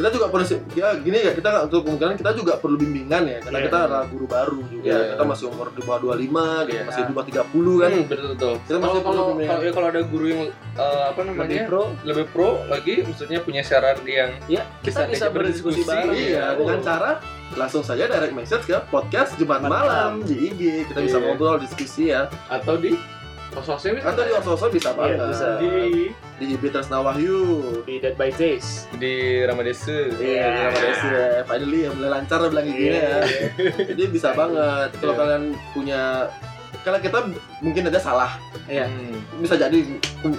Kita juga perlu ya gini ya, kita nggak untuk kemungkinan kita juga perlu bimbingan ya karena
Iya.
kita adalah guru baru juga.
Iya.
Kita masih umur di bawah 25, gitu,
Iya.
masih di bawah 30 kan.
Hmm, betul betul.
Kita
Kalau
masih perlu
kalau
bimbingan.
kalau ya, kalau ada guru yang eh, apa namanya
Lebih pro,
lebih pro lagi maksudnya punya saran yang
Ya, kita bisa
diajak
berdiskusi bareng.
Iya, dengan cara langsung saja direct message ke podcast Jumat Malam di IG. Kita bisa
Iya.
ngobrol, diskusi ya.
atau di sosmed bisa
Atau di Ososo bisa banget.
bisa.
di
Di IG Tresna Wahyu.
be that by taste.
di Ramadesu
Iya, terima kasih ya. Finally ya, mulai lancar bilang IG ya. Jadi bisa banget. Kalau
Iya.
kalian punya karena kita mungkin ada salah,
Iya.
Hmm.
bisa jadi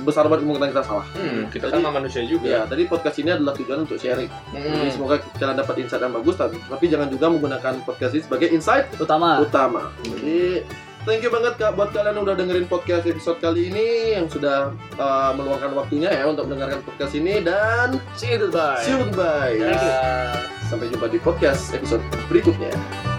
besar banget kemungkinan kita salah.
Hmm, kita
Jadi-
sama manusia juga
Ya, tadi podcast ini adalah tujuan untuk sharing. Jadi
Iya. Hmm.
semoga kalian dapat insight yang bagus, tapi tapi jangan juga menggunakan podcast ini sebagai insight
Utama.
utama. Jadi thank you banget Kak buat kalian yang udah dengerin podcast episode kali ini yang sudah uh, meluangkan waktunya ya untuk mendengarkan podcast ini dan
See you goodbye.
see you goodbye.
Thank you.
Sampai jumpa di podcast episode berikutnya.